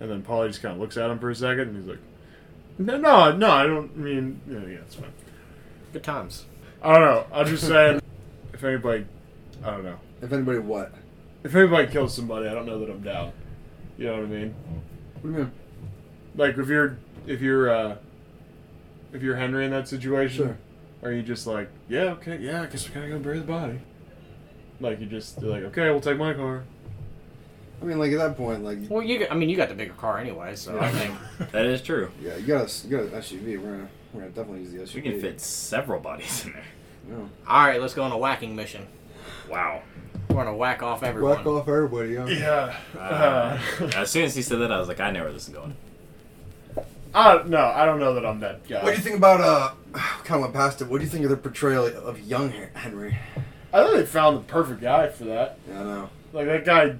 Speaker 1: And then Polly just kind of looks at him for a second, and he's like, "No, no, no I don't mean. Yeah, yeah, it's fine.
Speaker 6: good times.
Speaker 1: I don't know. I'm just saying, if anybody, I don't know,
Speaker 3: If anybody what?
Speaker 1: if anybody kills somebody, I don't know that I'm down. You know what I mean?
Speaker 3: What do you mean?
Speaker 1: Like if you're if you're uh if you're Henry in that situation,
Speaker 3: Sure.
Speaker 1: are you just like, yeah, okay, yeah, I guess we gotta go bury the body? Like you just you're like, okay, we'll take my car.
Speaker 3: I mean, like at that point, like
Speaker 6: Well, you. got- I mean, you got the bigger car anyway, so I think
Speaker 7: That is true.
Speaker 3: yeah, you got a you got an SUV. We're gonna we're gonna definitely use the SUV.
Speaker 7: We can fit several bodies in there.
Speaker 3: Yeah.
Speaker 6: All right, let's go on a whacking mission.
Speaker 7: Wow.
Speaker 6: We're gonna whack off everyone.
Speaker 3: Whack off everybody. Yeah.
Speaker 1: Yeah.
Speaker 7: Uh,
Speaker 1: Uh,
Speaker 7: As soon as he said that, I was like, I know where this is going.
Speaker 1: I don't know. I don't know that I'm that guy.
Speaker 3: What do you think about uh? Kind of went past it. What do you think of their portrayal of young Henry?
Speaker 1: I think they found the perfect guy for that.
Speaker 3: Yeah, I know.
Speaker 1: Like that guy,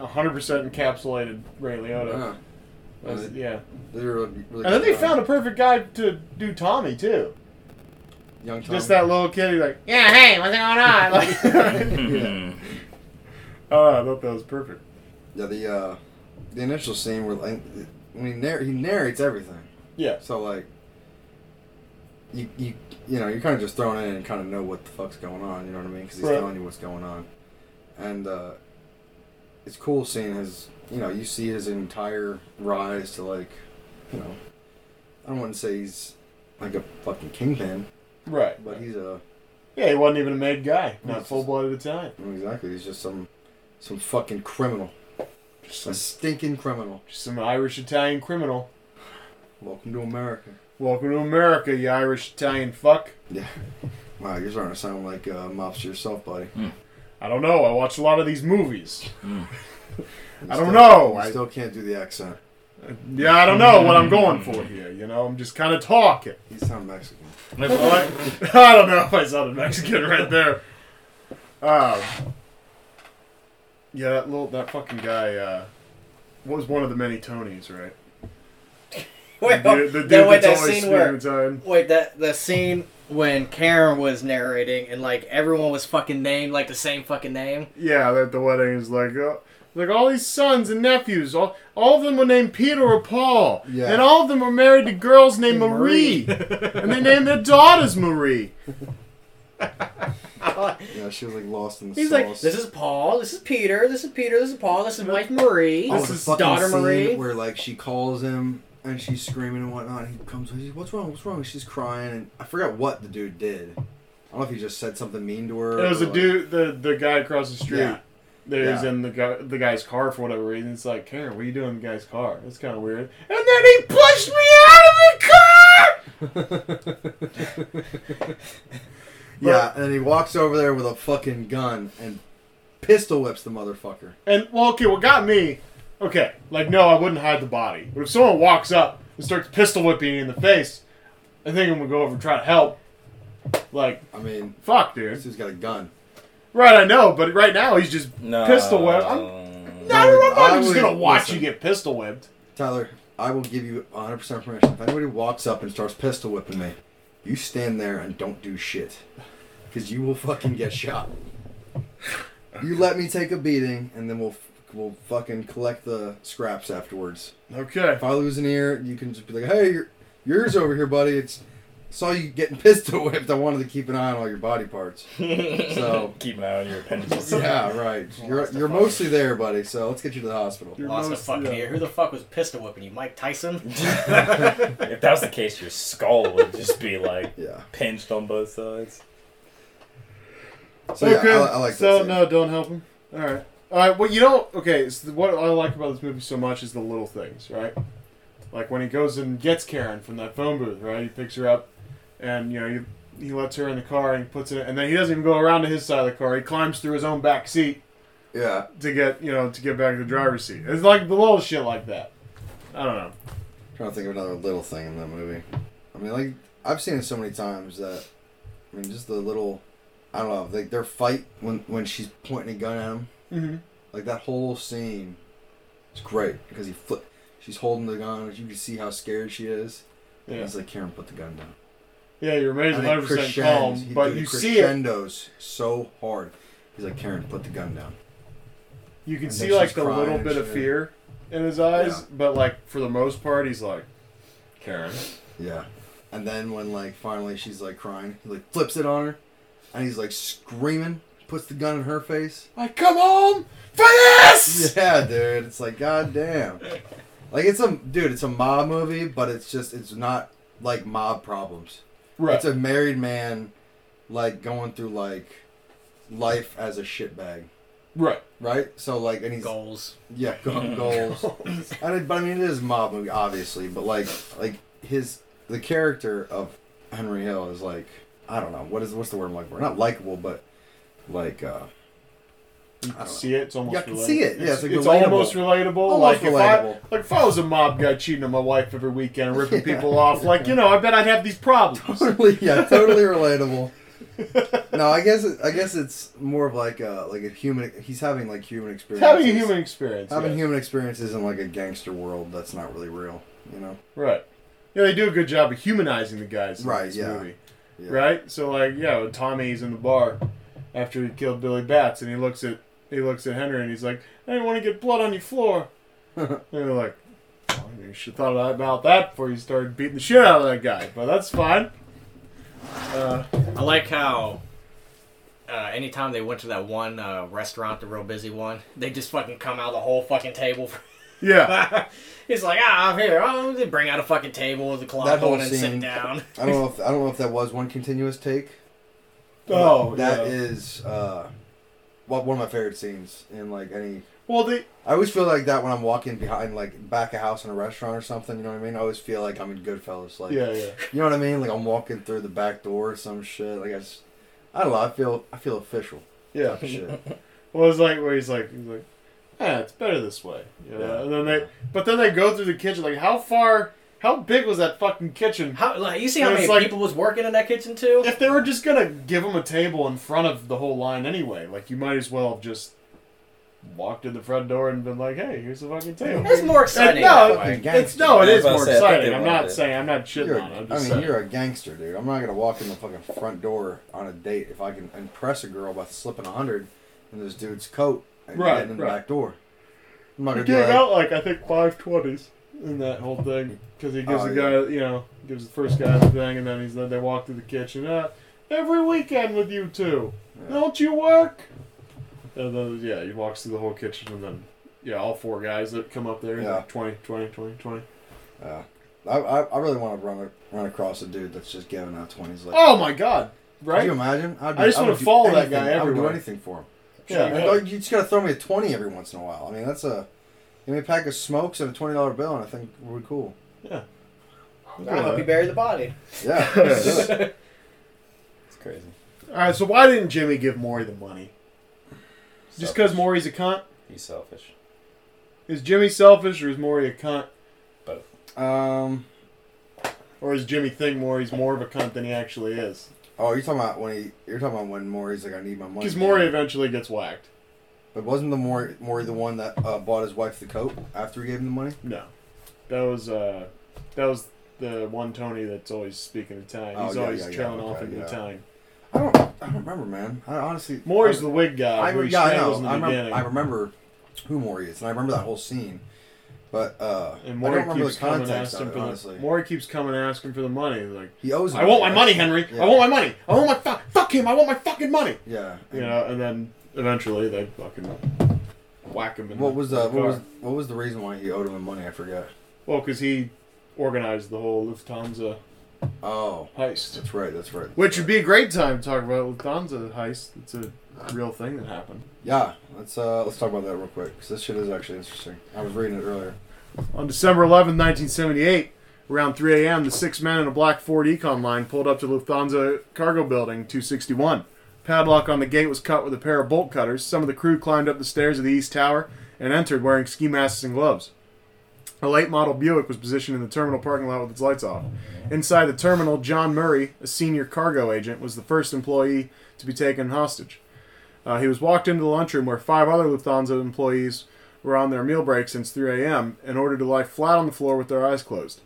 Speaker 1: 100 percent encapsulated Ray Liotta.
Speaker 3: Uh,
Speaker 1: That's- yeah.
Speaker 3: they were really, really
Speaker 1: And then they
Speaker 3: good, uh,
Speaker 1: found a perfect guy to do Tommy too.
Speaker 3: young Tom.
Speaker 1: Just that little kid, he's like,
Speaker 6: Yeah. Hey, what's going on?
Speaker 1: like,
Speaker 7: Hmm.
Speaker 1: oh, I thought that was perfect.
Speaker 3: Yeah, the uh, the initial scene where like when he narr- he narrates everything,
Speaker 1: Yeah.
Speaker 3: so like you you you know you're kind of just thrown in and kind of know what the fuck's going on. You know what I mean? Because he's
Speaker 1: Right.
Speaker 3: telling you what's going on, and uh, it's cool seeing his. You know, you see his entire rise to like, you know, I don't want to say he's like a fucking kingpin,
Speaker 1: Right.
Speaker 3: but he's a
Speaker 1: Yeah, he wasn't even a made guy.
Speaker 3: He's
Speaker 1: Not
Speaker 3: just-
Speaker 1: full blooded Italian.
Speaker 3: I mean, exactly he's just some some fucking criminal,
Speaker 1: Just
Speaker 3: a
Speaker 1: some,
Speaker 3: stinking criminal.
Speaker 1: just some Irish Italian criminal.
Speaker 3: Welcome to America.
Speaker 1: Welcome to America, you Irish Italian fuck.
Speaker 3: Wow, you're starting to sound like a mobster yourself, buddy.
Speaker 1: I don't know. I watch a lot of these movies.
Speaker 3: You
Speaker 1: I don't know,
Speaker 3: You
Speaker 1: I-
Speaker 3: still can't do the accent.
Speaker 1: Yeah, I don't know what I'm going for here. You know, I'm just kind of talking.
Speaker 3: You sound Mexican.
Speaker 1: What? I don't know if I sounded Mexican right there. Um, yeah, that little that fucking guy uh, was one of the many Tonys, right?
Speaker 6: Wait,
Speaker 1: The dude, the dude
Speaker 6: then wait,
Speaker 1: that's
Speaker 6: Oh, that
Speaker 1: always
Speaker 6: scene where
Speaker 1: speaking time.
Speaker 6: wait that the scene when Karen was narrating and like everyone was fucking named like the same fucking name.
Speaker 1: Yeah, that the wedding is like, uh, like all these sons and nephews, all, all of them were named Peter or Paul,
Speaker 3: Yeah.
Speaker 1: and all of them were married to girls named
Speaker 6: Marie.
Speaker 1: Marie, and they named their daughters Marie.
Speaker 3: Yeah, she was like lost in the
Speaker 6: He's
Speaker 3: sauce.
Speaker 6: like, this is Paul, this is Peter, this is Peter, this is Paul, this is wife Marie,
Speaker 3: Oh,
Speaker 6: this
Speaker 3: the
Speaker 6: is
Speaker 3: fucking
Speaker 6: daughter
Speaker 3: scene
Speaker 6: Marie.
Speaker 3: where like she calls him and she's screaming and whatnot. And he comes, he's like, "What's wrong? What's wrong?" And she's crying, and I forgot what the dude did. I don't know if he just said something mean to her.
Speaker 1: It was
Speaker 3: or,
Speaker 1: the
Speaker 3: like-
Speaker 1: dude, the the guy across the street.
Speaker 3: Yeah.
Speaker 1: That was
Speaker 3: Yeah.
Speaker 1: in the guy, the guy's car for whatever reason. It's like, Karen, what are you doing in the guy's car? It's kind of weird. And then he pushed me out of the car.
Speaker 3: yeah, and then he walks over there with a fucking gun and pistol whips the motherfucker.
Speaker 1: And well, okay, what got me? Okay, like no, I wouldn't hide the body. But if someone walks up and starts pistol whipping you in the face, I think I'm gonna go over and try to help. Like,
Speaker 3: I mean,
Speaker 1: fuck,
Speaker 3: this
Speaker 1: dude.
Speaker 3: dude's got a gun.
Speaker 1: Right, I know, but right now he's just
Speaker 7: No.
Speaker 1: pistol whip. I'm, no, I'm
Speaker 3: I
Speaker 1: not
Speaker 3: would-
Speaker 1: just gonna watch
Speaker 3: listen.
Speaker 1: you get pistol whipped.
Speaker 3: Tyler, I will give you 100% permission. If anybody walks up and starts pistol whipping me, you stand there and don't do shit. Because you will fucking get shot. You let me take a beating, and then we'll we'll fucking collect the scraps afterwards.
Speaker 1: Okay.
Speaker 3: If I lose an ear, you can just be like, hey, your, yours over here, buddy. It's saw you getting pistol whipped. I wanted to keep an eye on all your body parts. So,
Speaker 7: Keep an eye on your appendages.
Speaker 3: yeah, right. You're, you're mostly there, buddy, so let's get you to the hospital.
Speaker 1: You're
Speaker 6: Lost the
Speaker 1: most-
Speaker 6: fucking
Speaker 1: yeah.
Speaker 6: ear. Who the fuck was pistol whipping you? Mike Tyson?
Speaker 7: if that was the case, your skull would just be like
Speaker 3: Yeah.
Speaker 7: pinched on both sides.
Speaker 3: So, yeah, I, I like
Speaker 1: so
Speaker 3: that. scene.
Speaker 1: no, don't help him. All right. All right. Well, you know, okay. So what I like about this movie so much is the little things, right? Like when he goes and gets Karen from that phone booth, right? He picks her up, and you know, he, he lets her in the car and he puts it, and then he doesn't even go around to his side of the car. He climbs through his own back seat
Speaker 3: Yeah.
Speaker 1: to get you know to get back to the driver's seat. It's like the little shit like that. I don't know.
Speaker 3: trying to think of another little thing in that movie. I mean, like I've seen it so many times that I mean, just the little I don't know, like their fight when when she's pointing a gun at him,
Speaker 1: Mm-hmm.
Speaker 3: like that whole scene. It's great because he flip. She's holding the gun, and you can see how scared she is.
Speaker 1: Yeah.
Speaker 3: He's like, Karen, put the gun down.
Speaker 1: Yeah, your maid's
Speaker 3: And it
Speaker 1: 100 percent
Speaker 3: crescendos.
Speaker 1: calm,
Speaker 3: He-
Speaker 1: but
Speaker 3: dude,
Speaker 1: you see it.
Speaker 3: crescendos so hard. He's like, Karen, put the gun down.
Speaker 1: You can
Speaker 3: And
Speaker 1: see
Speaker 3: then
Speaker 1: like
Speaker 3: she's
Speaker 1: the
Speaker 3: crying
Speaker 1: little
Speaker 3: and
Speaker 1: bit of
Speaker 3: shit.
Speaker 1: fear in his eyes,
Speaker 3: Yeah.
Speaker 1: but like for the most part, he's like, Karen.
Speaker 3: Yeah. And then when like finally she's like crying, he like flips it on her, and he's like screaming, puts the gun in her face.
Speaker 1: I come home for this.
Speaker 3: Yeah, dude. It's like goddamn. Like it's a dude. It's a mob movie, but it's just it's not like mob problems.
Speaker 1: Right.
Speaker 3: It's a married man, like going through like life as a shitbag,
Speaker 1: right.
Speaker 3: right? So like, and he's
Speaker 6: Goals.
Speaker 3: yeah, go- goals. I mean, but I mean, it is a mob movie, obviously. But like, like his the character of Henry Hill is like I don't know what is what's the word I'm looking for? Not likable, but like uh
Speaker 1: You
Speaker 3: don't
Speaker 1: can
Speaker 3: know.
Speaker 1: see it. It's almost.
Speaker 3: Yeah, I
Speaker 1: relatable.
Speaker 3: can see it. Yeah, it's, like, relatable.
Speaker 1: almost relatable.
Speaker 3: Almost
Speaker 1: like if
Speaker 3: relatable.
Speaker 1: I like if I was a mob guy cheating on my wife every weekend, ripping people off, like you know, I bet I'd have these problems.
Speaker 3: totally, yeah, totally relatable. No, I guess it, I guess it's more of like a like a human. He's having like human
Speaker 1: It's
Speaker 3: experiences.
Speaker 1: having a human experience.
Speaker 3: having
Speaker 1: yes.
Speaker 3: human experiences in like a gangster world that's not really real. You know.
Speaker 1: Right. Yeah, they do a good job of humanizing the guys in
Speaker 3: Right,
Speaker 1: this
Speaker 3: yeah.
Speaker 1: movie.
Speaker 3: Yeah.
Speaker 1: Right? So like, yeah, when Tommy's in the bar after he killed Billy Bats and he looks at he looks at Henry and he's like, I didn't want to get blood on your floor. and they're like, "Well, you should have thought about that before you started beating the shit out of that guy. But that's fine. Uh,
Speaker 6: I like how uh, anytime they went to that one uh, restaurant, the real busy one, they just fucking come out the whole fucking table.
Speaker 1: yeah.
Speaker 6: He's like, ah, I'm here. Oh, they bring out a fucking table with a cloth
Speaker 3: That whole
Speaker 6: on it and
Speaker 3: scene.
Speaker 6: sit down.
Speaker 3: I don't know if I don't know if that was one continuous take.
Speaker 1: Oh,
Speaker 3: that
Speaker 1: yeah.
Speaker 3: is uh, one one of my favorite scenes in like any.
Speaker 1: Well, they
Speaker 3: I always feel like that when I'm walking behind like back a house in a restaurant or something. You know what I mean? I always feel like I'm in Goodfellas. Like
Speaker 1: yeah, yeah.
Speaker 3: You know what I mean? Like I'm walking through the back door or some shit. Like I just, I don't know. I feel, I feel official.
Speaker 1: Yeah.
Speaker 3: Shit.
Speaker 1: Well, it's like where he's like, he's like, ah, it's better this way. You know?
Speaker 3: Yeah.
Speaker 1: And then they, but then they go through the kitchen. Like, how far? How big was that fucking kitchen?
Speaker 6: How, like, you see how
Speaker 1: It's
Speaker 6: many
Speaker 1: like-
Speaker 6: people was working in that kitchen too?
Speaker 1: If they were just gonna give him a table in front of the whole line anyway, like you might as well have just walked in the front door and been like, "Hey, here's the fucking table."
Speaker 6: It's more
Speaker 1: And
Speaker 6: exciting.
Speaker 1: Uh, no,
Speaker 6: that way.
Speaker 1: it's no, it
Speaker 7: I
Speaker 1: is
Speaker 7: was about
Speaker 1: more
Speaker 7: to say, I think
Speaker 1: exciting.
Speaker 7: they
Speaker 1: I'm
Speaker 7: wanted
Speaker 1: not
Speaker 7: it.
Speaker 1: saying I'm not shitting
Speaker 3: You're,
Speaker 1: on. it. I'm
Speaker 3: a- I mean,
Speaker 1: just saying.
Speaker 3: you're a gangster, dude. I'm not gonna walk in the fucking front door on a date if I can impress a girl by slipping a hundred in this dude's coat and
Speaker 1: Right,
Speaker 3: getting in the
Speaker 1: right.
Speaker 3: back door. I'm not
Speaker 1: He
Speaker 3: gonna do
Speaker 1: gave
Speaker 3: that.
Speaker 1: out like I think five twenties in that whole thing because he gives
Speaker 3: Oh,
Speaker 1: the
Speaker 3: yeah.
Speaker 1: guy, you know, gives the first guy the thing, and then he's then they walk through the kitchen. Uh, every weekend with you two. Don't you work? And then, yeah, he walks through the whole kitchen, and then, yeah, all four guys that come up there,
Speaker 3: Yeah.
Speaker 1: 20, 20, 20, 20.
Speaker 3: Yeah. I, I, I really want to run run across a dude that's just giving out twenties. Like,
Speaker 1: Oh my god,
Speaker 3: Could you
Speaker 1: right?
Speaker 3: imagine? I'd
Speaker 1: I just
Speaker 3: would
Speaker 1: wanna
Speaker 3: do
Speaker 1: follow that
Speaker 3: anything.
Speaker 1: guy
Speaker 3: I would do
Speaker 1: everywhere.
Speaker 3: anything for him.
Speaker 1: Yeah,
Speaker 3: And, like, you just gotta throw me a twenty every once in a while. I mean, that's a give me a pack of smokes and a twenty dollar bill, and I think we're cool.
Speaker 6: I hope you bury the body.
Speaker 3: Yeah. let's do it.
Speaker 7: It's crazy.
Speaker 1: All right, so why didn't Jimmy give Maury the money? Just because
Speaker 7: Selfish.
Speaker 1: Maury's a cunt?
Speaker 7: He's selfish.
Speaker 1: Is Jimmy selfish or is Maury a cunt?
Speaker 3: um.
Speaker 1: Or is Jimmy think Maury's more of a cunt than he actually is?
Speaker 3: Oh, you're talking about when he? You're talking about when Maury's like, I need my money.
Speaker 1: Because Maury eventually gets whacked.
Speaker 3: But wasn't the Maury, Maury the one that uh, bought his wife the coat after he gave him the money?
Speaker 1: No, that was uh, that was the one Tony that's always speaking Italian.
Speaker 3: Oh,
Speaker 1: He's
Speaker 3: yeah,
Speaker 1: always
Speaker 3: yeah, yeah,
Speaker 1: trailing off
Speaker 3: okay,
Speaker 1: in
Speaker 3: yeah.
Speaker 1: Italian.
Speaker 3: I don't. I don't remember, man. I honestly.
Speaker 1: Maury's
Speaker 3: I-
Speaker 1: the wig guy
Speaker 3: I,
Speaker 1: who he
Speaker 3: yeah, I know.
Speaker 1: strangles in the
Speaker 3: I remember,
Speaker 1: beginning.
Speaker 3: I remember who Maury is, and I remember that whole scene. But uh,
Speaker 1: and
Speaker 3: I
Speaker 1: Maury
Speaker 3: don't remember
Speaker 1: keeps
Speaker 3: the
Speaker 1: coming
Speaker 3: context of
Speaker 1: asking
Speaker 3: it,
Speaker 1: for
Speaker 3: honestly.
Speaker 1: the Maury keeps coming asking for the money. He's Like
Speaker 3: he owes.
Speaker 1: I want my money,
Speaker 3: that's-
Speaker 1: Henry.
Speaker 3: Yeah.
Speaker 1: I want my money. I want my fuck. Fuck him. I want my fucking money.
Speaker 3: Yeah.
Speaker 1: You know, and then eventually they fucking whack him. In
Speaker 3: What was the
Speaker 1: car.
Speaker 3: what was what was the reason why he owed him the money? I forget.
Speaker 1: Well, because he organized the whole Lufthansa
Speaker 3: Oh,
Speaker 1: heist.
Speaker 3: that's right. That's right.
Speaker 1: Which would be a great time to talk about Lufthansa heist. It's a real thing that happened.
Speaker 3: yeah. Let's uh let's talk about that real quick because this shit is actually interesting. I was reading it earlier.
Speaker 1: On December 11, 1978, around 3 a.m., the six men in a black Ford Econ line pulled up to Lufthansa Cargo Building 261. Padlock on the gate was cut with a pair of bolt cutters. Some of the crew climbed up the stairs of the East Tower and entered wearing ski masks and gloves. A late model Buick was positioned in the terminal parking lot with its lights off. Inside the terminal, John Murray, a senior cargo agent, was the first employee to be taken hostage. Uh, he was walked into the lunchroom where five other Lufthansa employees were on their meal break since 3 a.m. in order to lie flat on the floor with their eyes closed.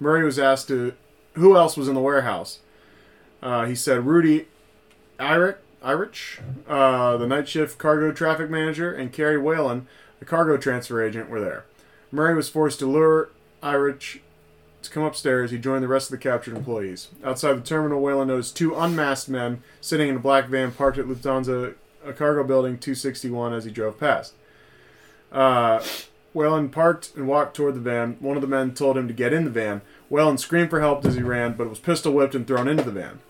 Speaker 1: Murray was asked to who else was in the warehouse. Uh, he said Rudy Eirich, Eirich uh, the night shift cargo traffic manager, and Carrie Whalen, the cargo transfer agent, were there. Murray was forced to lure Eirich to come upstairs. He joined the rest of the captured employees. Outside the terminal, Whalen noticed two unmasked men sitting in a black van parked at Lufthansa a cargo building 261 as he drove past. Uh, Whalen parked and walked toward the van. One of the men told him to get in the van. Whalen screamed for help as he ran, but was pistol whipped and thrown into the van.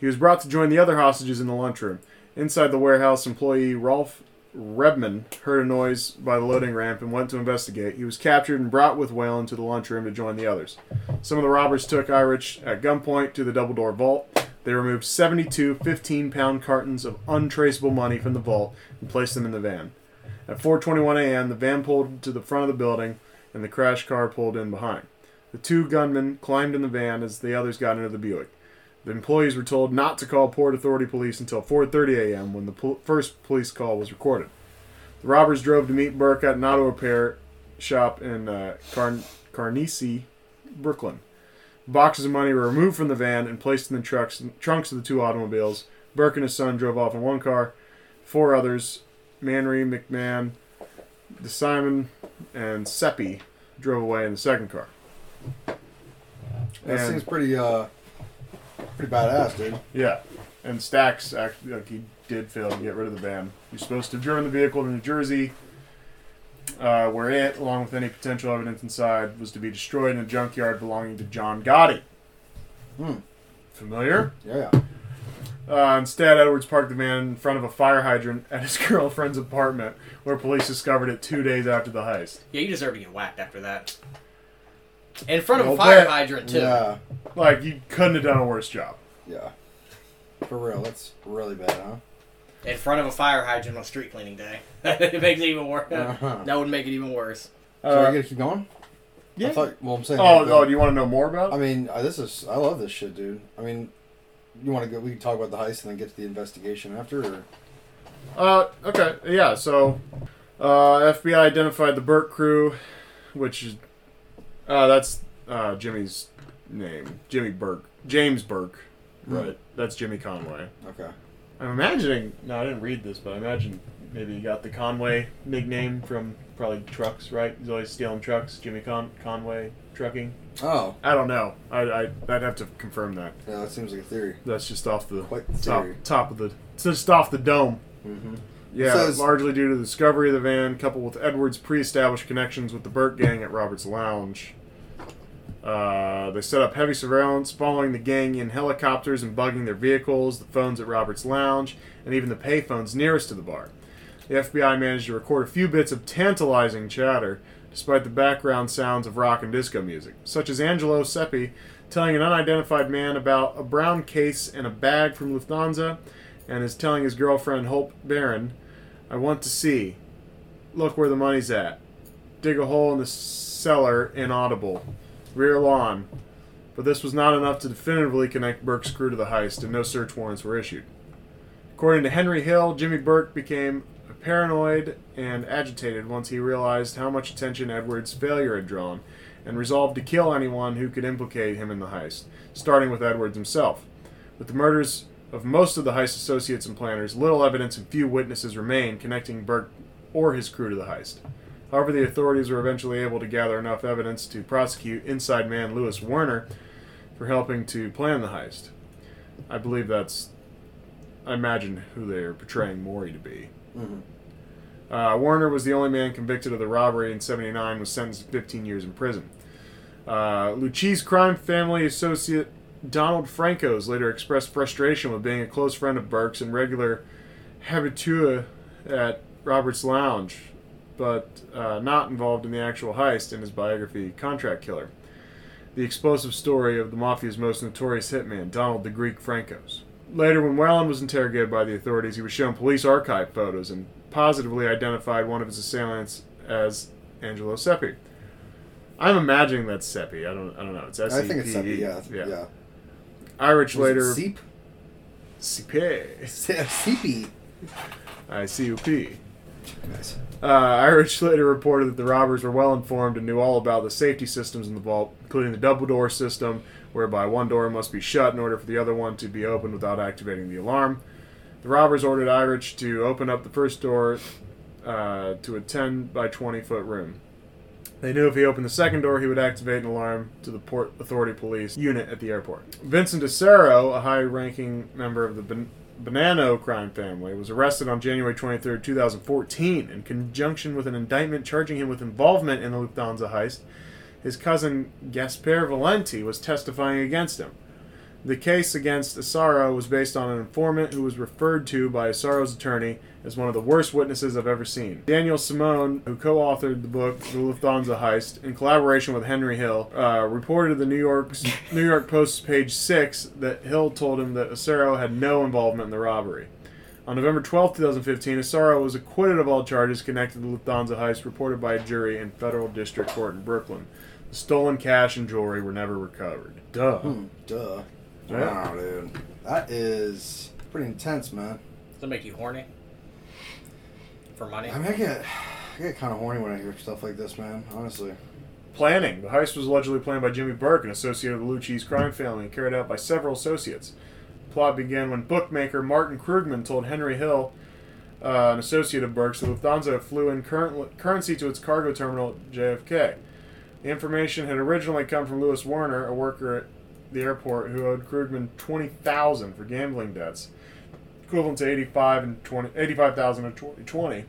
Speaker 1: He was brought to join the other hostages in the lunchroom. Inside the warehouse, employee Rolf Redman heard a noise by the loading ramp and went to investigate. He was captured and brought with Whalen to the lunchroom to join the others. Some of the robbers took Irich at gunpoint to the double door vault. They removed 72 15 pound cartons of untraceable money from the vault and placed them in the van. At 4:21 a.m., the van pulled to the front of the building, and the crash car pulled in behind. The two gunmen climbed in the van as the others got into the Buick. The employees were told not to call Port Authority police until 4:30 a.m. when the pol- first police call was recorded. The robbers drove to meet Burke at an auto repair shop in uh, Carn- Carnegie, Brooklyn. Boxes of money were removed from the van and placed in the trucks trunks of the two automobiles. Burke and his son drove off in one car. Four others Manry, McMahon, DeSimon, and Seppi drove away in the second car.
Speaker 3: That
Speaker 1: And-
Speaker 3: seems pretty uh pretty badass, dude.
Speaker 1: Yeah, and Stacks actually like he did fail to get rid of the van. He was supposed to adjourn the vehicle to New Jersey, uh, where it, along with any potential evidence inside, was to be destroyed in a junkyard belonging to John Gotti.
Speaker 3: Hmm.
Speaker 1: Familiar?
Speaker 3: Yeah.
Speaker 1: Uh, instead, Edwards parked the van in front of a fire hydrant at his girlfriend's apartment, where police discovered it two days after the heist.
Speaker 6: Yeah, you deserve to get whacked after that. In front of a
Speaker 1: Well,
Speaker 6: fire
Speaker 1: that-
Speaker 6: hydrant too.
Speaker 3: Yeah.
Speaker 1: Like you couldn't have done a worse job.
Speaker 3: Yeah. For real, that's really bad, huh?
Speaker 6: In front of a fire hydrant on street cleaning day. it makes it even worse.
Speaker 3: Uh-huh.
Speaker 6: That would make it even worse.
Speaker 3: so are
Speaker 1: Uh,
Speaker 3: you gonna keep going?
Speaker 1: yeah.
Speaker 3: I thought, well, I'm saying.
Speaker 1: Oh,
Speaker 3: like, uh,
Speaker 1: oh, do you want to know more about
Speaker 3: I
Speaker 1: it?
Speaker 3: mean, uh, this is. I love this shit, dude. I mean, you want to go? We can talk about the heist and then get to the investigation after. Or?
Speaker 1: Uh, okay, yeah. So, uh, FBI identified the Burke crew, which is uh, that's uh, Jimmy's
Speaker 3: Hmm.
Speaker 1: name, Jimmy Burke, James Burke. Right. That's Jimmy Conway.
Speaker 3: Okay.
Speaker 1: Uh, I'm imagining. No, I didn't read this, but I imagine maybe he got the Conway nickname from probably trucks, right? He's always stealing trucks. Jimmy Con- Conway trucking.
Speaker 3: Oh,
Speaker 1: I don't know. I, I I'd have to confirm that.
Speaker 3: yeah, that seems like a theory.
Speaker 1: That's just off the
Speaker 3: Quite the
Speaker 1: top
Speaker 3: theory.
Speaker 1: top of the it's just off the dome.
Speaker 3: Mm-hmm.
Speaker 1: Yeah,
Speaker 3: Says-
Speaker 1: largely due to the discovery of the van, coupled with Edwards' pre-established connections with the Burt gang at Robert's Lounge. Uh, they set up heavy surveillance, following the gang in helicopters and bugging their vehicles, the phones at Robert's Lounge, and even the payphones nearest to the bar. The FBI managed to record a few bits of tantalizing chatter, despite the background sounds of rock and disco music, such as Angelo Seppi telling an unidentified man about a brown case and a bag from Lufthansa, and is telling his girlfriend Hope Barron, I want to see. Look where the money's at. Dig a hole in the cellar, inaudible. Rear lawn. But this was not enough to definitively connect Burke's crew to the heist, and no search warrants were issued. According to Henry Hill, Jimmy Burke became paranoid and agitated once he realized how much attention Edwards' failure had drawn, and resolved to kill anyone who could implicate him in the heist, starting with Edwards himself. With the murders of most of the heist associates and planners, little evidence and few witnesses remain connecting Burke or his crew to the heist. However, the authorities were eventually able to gather enough evidence to prosecute inside man Lewis Werner for helping to plan the heist. I believe that's. I imagine who they are portraying Maury to be. Uh, Warner was the only man convicted of the robbery in 79, was sentenced to 15 years in prison. Uh, Lucchese crime family associate Donald Franco's later expressed frustration with being a close friend of Burke's and regular habitué at Robert's Lounge, but uh, not involved in the actual heist in his biography, Contract Killer. The explosive story of the mafia's most notorious hitman, Donald the Greek Franco's. Later, when Whalen was interrogated by the authorities, he was shown police archive photos and positively identified one of his assailants as Angelo Seppi. I'm imagining that's Seppi. I don't. I don't know. It's S E P
Speaker 3: I
Speaker 1: I
Speaker 3: think it's Seppi, yeah. Yeah. yeah.
Speaker 1: Irish later.
Speaker 3: Was it E
Speaker 1: Seppi.
Speaker 3: Seep? Seppi.
Speaker 1: I C U P.
Speaker 3: E. Nice.
Speaker 1: Uh, Irish later reported that the robbers were well informed and knew all about the safety systems in the vault, including the double door system, whereby one door must be shut in order for the other one to be opened without activating the alarm. The robbers ordered Irish to open up the first door uh, to a 10 by 20 foot room. They knew if he opened the second door, he would activate an alarm to the Port Authority Police unit at the airport. Vincent DeCero, a high ranking member of the Ban- Bonanno crime family, was arrested on January 23, 2014, in conjunction with an indictment charging him with involvement in the Lufthansa heist. His cousin Gasper Valenti was testifying against him. The case against Asaro was based on an informant who was referred to by Asaro's attorney as one of the worst witnesses I've ever seen. Daniel Simone, who co authored the book The Lufthansa Heist in collaboration with Henry Hill, uh, reported to the New, York's, New York Post's page 6 that Hill told him that Asaro had no involvement in the robbery. On November 12, 2015, Asaro was acquitted of all charges connected to the Lufthansa heist reported by a jury in federal district court in Brooklyn. The stolen cash and jewelry were never recovered. Duh.
Speaker 3: Hmm, duh.
Speaker 1: Yeah.
Speaker 3: Wow, dude. That is pretty intense, man.
Speaker 6: Does that make you horny? For money?
Speaker 3: I mean, I get, I get kind of horny when I hear stuff like this, man. Honestly.
Speaker 1: Planning. The heist was allegedly planned by Jimmy Burke, an associate of the Lucchese crime family, and carried out by several associates. The plot began when bookmaker Martin Krugman told Henry Hill, uh, an associate of Burke's, that Lufthansa flew in current, currency to its cargo terminal at JFK. The information had originally come from Lewis Warner, a worker at the airport, who owed Krugman 20000 for gambling debts, equivalent to 85 and 20, 85000 and 20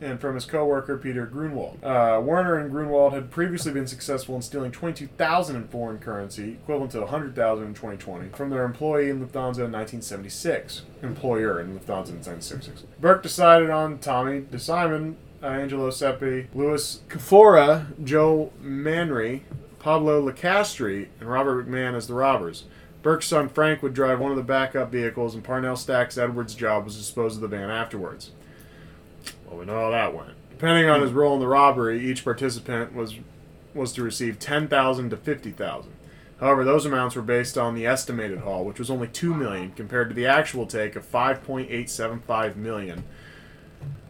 Speaker 1: and from his co-worker Peter Grunwald. Uh, Werner and Grunwald had previously been successful in stealing 22,000 in foreign currency, equivalent to 100,000 in 2020, from their employee in Lufthansa in 1976. Employer in Lufthansa in 1976. Burke decided on Tommy DeSimon, uh, Angelo Seppi, Louis Kafora, Joe Manry, Pablo Lacastri, and Robert McMahon as the robbers. Burke's son Frank would drive one of the backup vehicles, and Parnell Stacks Edwards' job was to dispose of the van afterwards. Well, we know how that went. Depending on his role in the robbery, each participant was was to receive ten thousand to fifty thousand. However, those amounts were based on the estimated haul, which was only two million compared to the actual take of five point eight seven five million.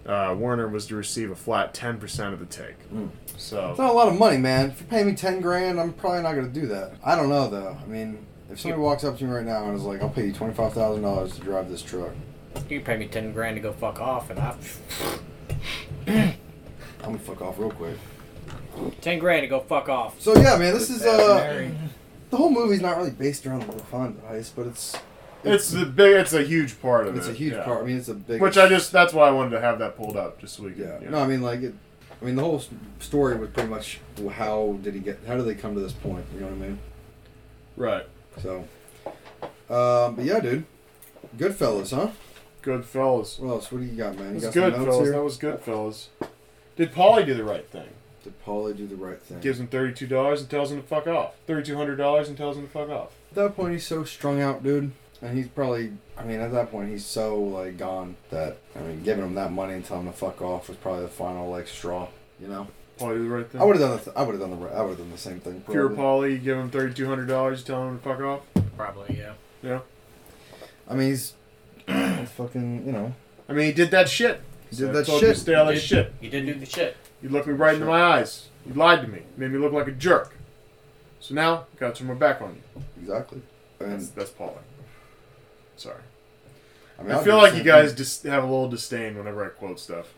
Speaker 1: Uh, Warner was to receive a flat ten percent of the take.
Speaker 3: Hmm. It's
Speaker 1: So
Speaker 3: not a lot of money, man. If you pay me ten grand, I'm probably not gonna do that. I don't know though. I mean, if somebody walks up to me right now and is like, "I'll pay you twenty five thousand dollars to drive this truck,"
Speaker 6: You pay me ten grand to go fuck off, and I
Speaker 3: I'm gonna fuck off real quick.
Speaker 6: ten grand to go fuck off.
Speaker 3: So yeah, man, this is uh
Speaker 7: Mary.
Speaker 3: the whole movie's not really based around the Lafonda heist, but it's
Speaker 1: It's the big. It's a huge part of
Speaker 3: it's
Speaker 1: it.
Speaker 3: a huge
Speaker 1: yeah.
Speaker 3: part. I mean, it's a big
Speaker 1: Which I just. That's why I wanted to have that pulled up, just so we could.
Speaker 3: yeah.
Speaker 1: you
Speaker 3: No,
Speaker 1: know.
Speaker 3: I mean like it. I mean the whole s- story was pretty much how did he get? How did they come to this point? You know what I mean?
Speaker 1: Right.
Speaker 3: So, um, but yeah, dude, Goodfellas, huh?
Speaker 1: Good fellas.
Speaker 3: What else? What do you got, man?
Speaker 1: That
Speaker 3: You got
Speaker 1: was good,
Speaker 3: some notes
Speaker 1: fellas.
Speaker 3: here?
Speaker 1: That was good, fellas. Did Polly do the right thing?
Speaker 3: Did Paulie do the right thing?
Speaker 1: Gives him thirty-two dollars and tells him to fuck off. Thirty-two hundred dollars and tells him to fuck off.
Speaker 3: At that point, he's so strung out, dude. And he's probably, I mean, at that point, he's so, like, gone that, I mean, giving him that money and telling him to fuck off was probably the final, like, straw, you know?
Speaker 1: Polly do the right thing.
Speaker 3: I would have done, the th- I would have done the, ri- I would have done the same thing.
Speaker 1: If you're
Speaker 3: probably.
Speaker 1: Polly, you give him thirty-two hundred dollars, you tell him to fuck off.
Speaker 6: Probably, yeah.
Speaker 1: Yeah.
Speaker 3: I mean, he's fucking, you know,
Speaker 1: I mean, he did that shit.
Speaker 3: he
Speaker 1: I
Speaker 3: did that
Speaker 1: told you to
Speaker 3: shit.
Speaker 1: stay out of
Speaker 6: You
Speaker 1: that
Speaker 6: did-
Speaker 1: shit.
Speaker 6: You did do the shit.
Speaker 1: You looked me right into
Speaker 3: Sure.
Speaker 1: my eyes. You lied to me. Made me look like a jerk. So now, I gotta turn my back on you.
Speaker 3: Exactly.
Speaker 1: That's,
Speaker 3: And,
Speaker 1: that's Polly. Sorry.
Speaker 3: I, mean,
Speaker 1: I
Speaker 3: I'd
Speaker 1: feel
Speaker 3: do the
Speaker 1: like
Speaker 3: same
Speaker 1: you guys
Speaker 3: thing.
Speaker 1: dis- have a little disdain whenever I quote stuff.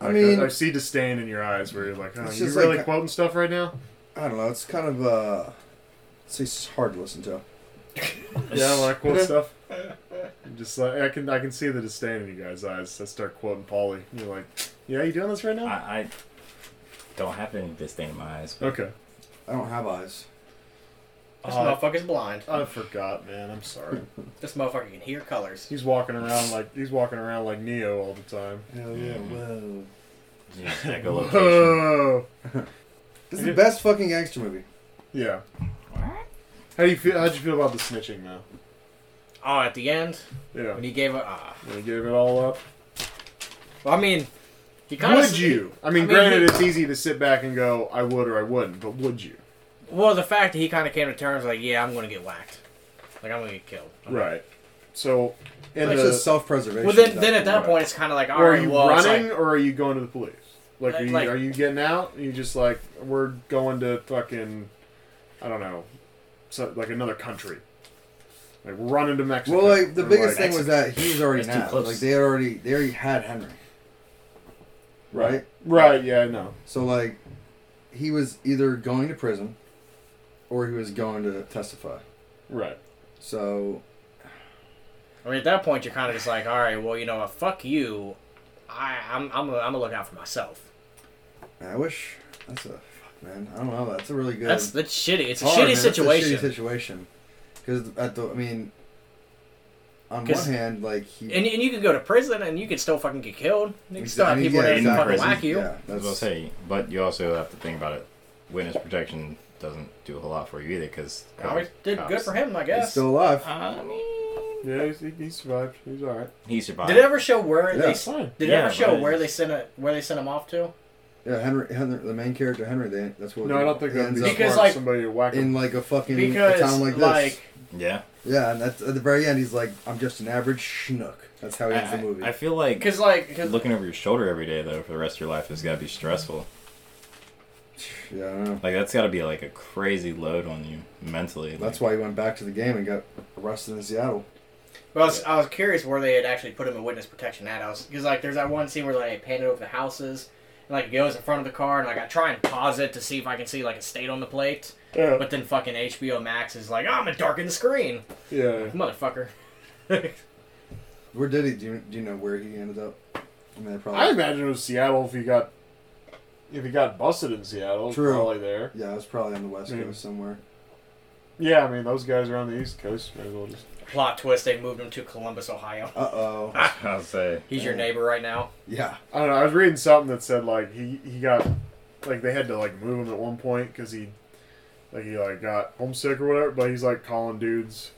Speaker 3: I
Speaker 1: Like,
Speaker 3: mean,
Speaker 1: I, see disdain in your eyes where you're like, oh,
Speaker 3: It's
Speaker 1: you
Speaker 3: just
Speaker 1: really
Speaker 3: like-
Speaker 1: quoting stuff right now?
Speaker 3: I don't know. It's kind of, uh, it's, it's hard to listen to.
Speaker 1: Yeah, when I quote stuff. I'm just like I can I can see the disdain in you guys' eyes. I start quoting Polly. You're like, Yeah, you doing this right
Speaker 5: I,
Speaker 1: now?
Speaker 5: I don't have any disdain in my eyes. But
Speaker 1: Okay.
Speaker 3: I don't have eyes.
Speaker 6: This
Speaker 1: Uh,
Speaker 6: motherfucker's blind.
Speaker 1: I forgot, man. I'm sorry.
Speaker 6: This motherfucker can hear colors.
Speaker 1: He's walking around like he's walking around like Neo all the time.
Speaker 3: Hell
Speaker 5: yeah,
Speaker 3: whoa.
Speaker 5: you just check a location.
Speaker 1: Oh,
Speaker 3: This is the best fucking gangster movie.
Speaker 1: yeah. How do you feel? How'd you feel about the snitching now?
Speaker 6: Oh, at the end
Speaker 1: Yeah,
Speaker 6: when he gave a. ah.
Speaker 1: when he gave it all up.
Speaker 6: well, I mean, he kind
Speaker 1: Would you? I mean,
Speaker 6: I mean,
Speaker 1: granted,
Speaker 6: he-
Speaker 1: it's easy to sit back and go, "I would" or "I wouldn't," but would you?
Speaker 6: Well, the fact that he kind of came to terms, like, yeah, I'm gonna get whacked. Like, I'm gonna get killed.
Speaker 1: Right. So, in
Speaker 3: It's
Speaker 1: the,
Speaker 3: just self-preservation.
Speaker 6: Well, then, then
Speaker 3: point.
Speaker 6: at that point, it's kind of like, all
Speaker 1: or are
Speaker 6: right,
Speaker 1: you
Speaker 6: well, it's
Speaker 1: running
Speaker 6: like,
Speaker 1: or are you going to the police? Like,
Speaker 6: Like-
Speaker 1: are you,
Speaker 6: like-
Speaker 1: are you getting out? Are you just like we're going to fucking, I don't know, so, like another country. Like we're running to Mexico.
Speaker 3: Well, like the
Speaker 1: Or,
Speaker 3: biggest
Speaker 1: like,
Speaker 3: thing was that he was already
Speaker 5: That's too
Speaker 3: nabbed.
Speaker 5: close.
Speaker 3: Like they had already, they already had Henry, right?
Speaker 1: right, right, yeah, no,
Speaker 3: So like, he was either going to prison, or he was going to testify.
Speaker 1: right.
Speaker 3: So
Speaker 6: I mean, at that point, you're kind of just like, all right, well, you know what, fuck you. I, I'm, I'm, gonna- I'm gonna look out for myself.
Speaker 3: man, I wish that's a fuck, man. I don't know. That's a really good.
Speaker 6: That's that's shitty. It's a
Speaker 3: hard,
Speaker 6: shitty
Speaker 3: man. That's a
Speaker 6: situation.
Speaker 3: shitty situation. Because at the, I mean, on one
Speaker 6: 'Cause-
Speaker 3: hand, like he
Speaker 6: And, and you could go to prison and you could still fucking get killed. You could
Speaker 3: Exa-
Speaker 6: still have
Speaker 3: I mean,
Speaker 6: people
Speaker 3: yeah,
Speaker 6: that didn't
Speaker 5: exactly.
Speaker 6: fucking whack you.
Speaker 3: Yeah,
Speaker 5: That's what I'll
Speaker 3: that's
Speaker 5: say. But you also have to think about it. Witness protection doesn't do a whole lot for you either, because
Speaker 6: I mean, did good for him, I
Speaker 3: he's
Speaker 6: guess.
Speaker 3: still alive.
Speaker 6: Uh,
Speaker 5: I mean,
Speaker 1: Yeah, he, he survived. He's all right.
Speaker 5: he survived.
Speaker 6: Did it ever show where
Speaker 3: Yeah.
Speaker 6: they?
Speaker 1: It's fine.
Speaker 6: Did it
Speaker 5: Yeah,
Speaker 6: ever show
Speaker 5: but-
Speaker 6: where they sent a, where they sent him off to?
Speaker 3: Yeah, Henry, Henry, the main character Henry. They, that's what.
Speaker 1: No, I don't think
Speaker 3: he
Speaker 1: that
Speaker 3: ends up
Speaker 6: Because,
Speaker 1: because
Speaker 6: like,
Speaker 1: like somebody to whack him.
Speaker 3: in like a fucking
Speaker 6: Because
Speaker 3: a town like
Speaker 6: like,
Speaker 3: this.
Speaker 5: Yeah.
Speaker 3: Yeah, and that's, at the very end, he's like, "I'm just an average schnook." That's how he ends the movie.
Speaker 5: I, I feel like
Speaker 6: because like, cause,
Speaker 5: looking over your shoulder every day though for the rest of your life has got to be stressful.
Speaker 3: yeah, I don't know.
Speaker 5: Like that's got to be like a crazy load on you mentally. Like,
Speaker 3: That's why he went back to the game and got arrested in Seattle.
Speaker 6: well, I was, I was curious where they had actually put him in witness protection at. I was because like there's that one scene where like, they painted over the houses and like it goes in front of the car and like I try and pause it to see if I can see like a state on the plate,
Speaker 1: yeah,
Speaker 6: but then fucking HBO Max is like, oh, I'm gonna darken the screen,
Speaker 1: yeah.
Speaker 6: motherfucker.
Speaker 3: Where did he? Do you, do you know where he ended up? I mean, they probably.
Speaker 1: I imagine it was Seattle if he got if he got busted in Seattle. it's
Speaker 3: True.
Speaker 1: Probably there.
Speaker 3: yeah, it was probably on the West
Speaker 1: Yeah.
Speaker 3: Coast somewhere.
Speaker 1: Yeah, I mean those guys are on the East Coast. May as well just.
Speaker 6: Plot twist: They moved him to Columbus, Ohio.
Speaker 3: Uh oh.
Speaker 5: I'll say.
Speaker 6: He's your neighbor right now.
Speaker 3: Yeah.
Speaker 1: I don't know. I was reading something that said like he he got like they had to like move him at one point because he like he like got homesick or whatever. But he's like calling dudes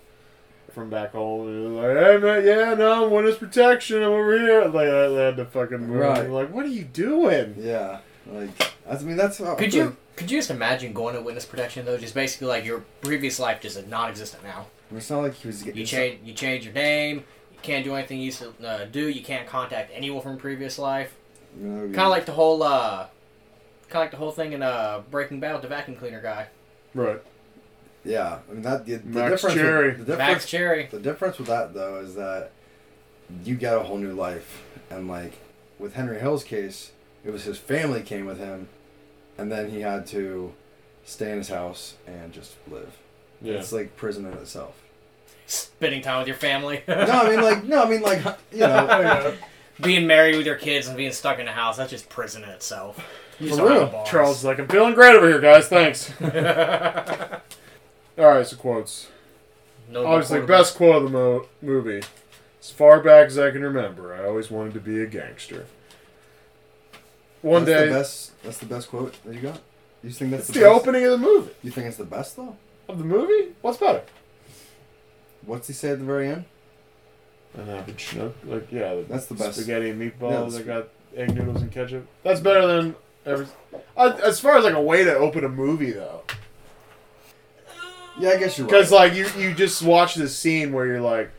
Speaker 1: from back home and he was like, hey man, yeah, no, I'm witness protection. I'm over here. Like I they had to fucking move. him.
Speaker 3: Right.
Speaker 1: Like what are you doing?
Speaker 3: Yeah. Like, that's, I mean, that's how.
Speaker 6: Could you could you just imagine going to witness protection though? Just basically like your previous life just is non-existent now.
Speaker 3: I mean, it's not like he was getting.
Speaker 6: You change you change your name. You can't do anything you used to uh, do. You can't contact anyone from previous life.
Speaker 3: You know,
Speaker 6: Kind of like the whole uh, kind of like the whole thing in uh Breaking Bad with the vacuum cleaner guy,
Speaker 1: Right.
Speaker 3: Yeah. I mean, that. The, the
Speaker 1: Max
Speaker 3: difference
Speaker 1: Cherry.
Speaker 3: With, the
Speaker 6: Max
Speaker 3: difference,
Speaker 6: Cherry.
Speaker 3: the difference with that, though, is that you got a whole new life. And like with Henry Hill's case, it was his family came with him, and then he had to stay in his house and just live.
Speaker 2: Yeah.
Speaker 3: It's like prison in itself.
Speaker 6: Spending time with your family,
Speaker 3: No, I mean like no, I mean like you know,
Speaker 6: being married with your kids, and being stuck in a house—that's just prison in itself. You just
Speaker 1: For
Speaker 6: don't have
Speaker 1: real.
Speaker 6: a boss.
Speaker 1: Charles is like, I'm feeling great over here, guys. Thanks. All right, so quotes.
Speaker 6: No
Speaker 1: Obviously,
Speaker 6: quarterback.
Speaker 1: best quote of the mo- movie. As far back as I can remember, I always wanted to be a gangster. One
Speaker 3: that's
Speaker 1: day,
Speaker 3: The best, that's the best quote that you got. You think that's
Speaker 1: it's
Speaker 3: the,
Speaker 1: the
Speaker 3: best?
Speaker 1: opening of the movie.
Speaker 3: You think it's the best though?
Speaker 1: Of the movie? What's better?
Speaker 3: What's he say at the very end?
Speaker 1: An average schnook. Like, yeah. The
Speaker 3: That's the best.
Speaker 1: Spaghetti and
Speaker 3: Yeah,
Speaker 1: meatballs.
Speaker 3: that's-
Speaker 1: I got egg noodles and ketchup. That's better than every. Uh, as far as like a way to open a movie, though.
Speaker 3: Yeah, I guess you're right.
Speaker 1: Because like you, you just watch this scene where you're like,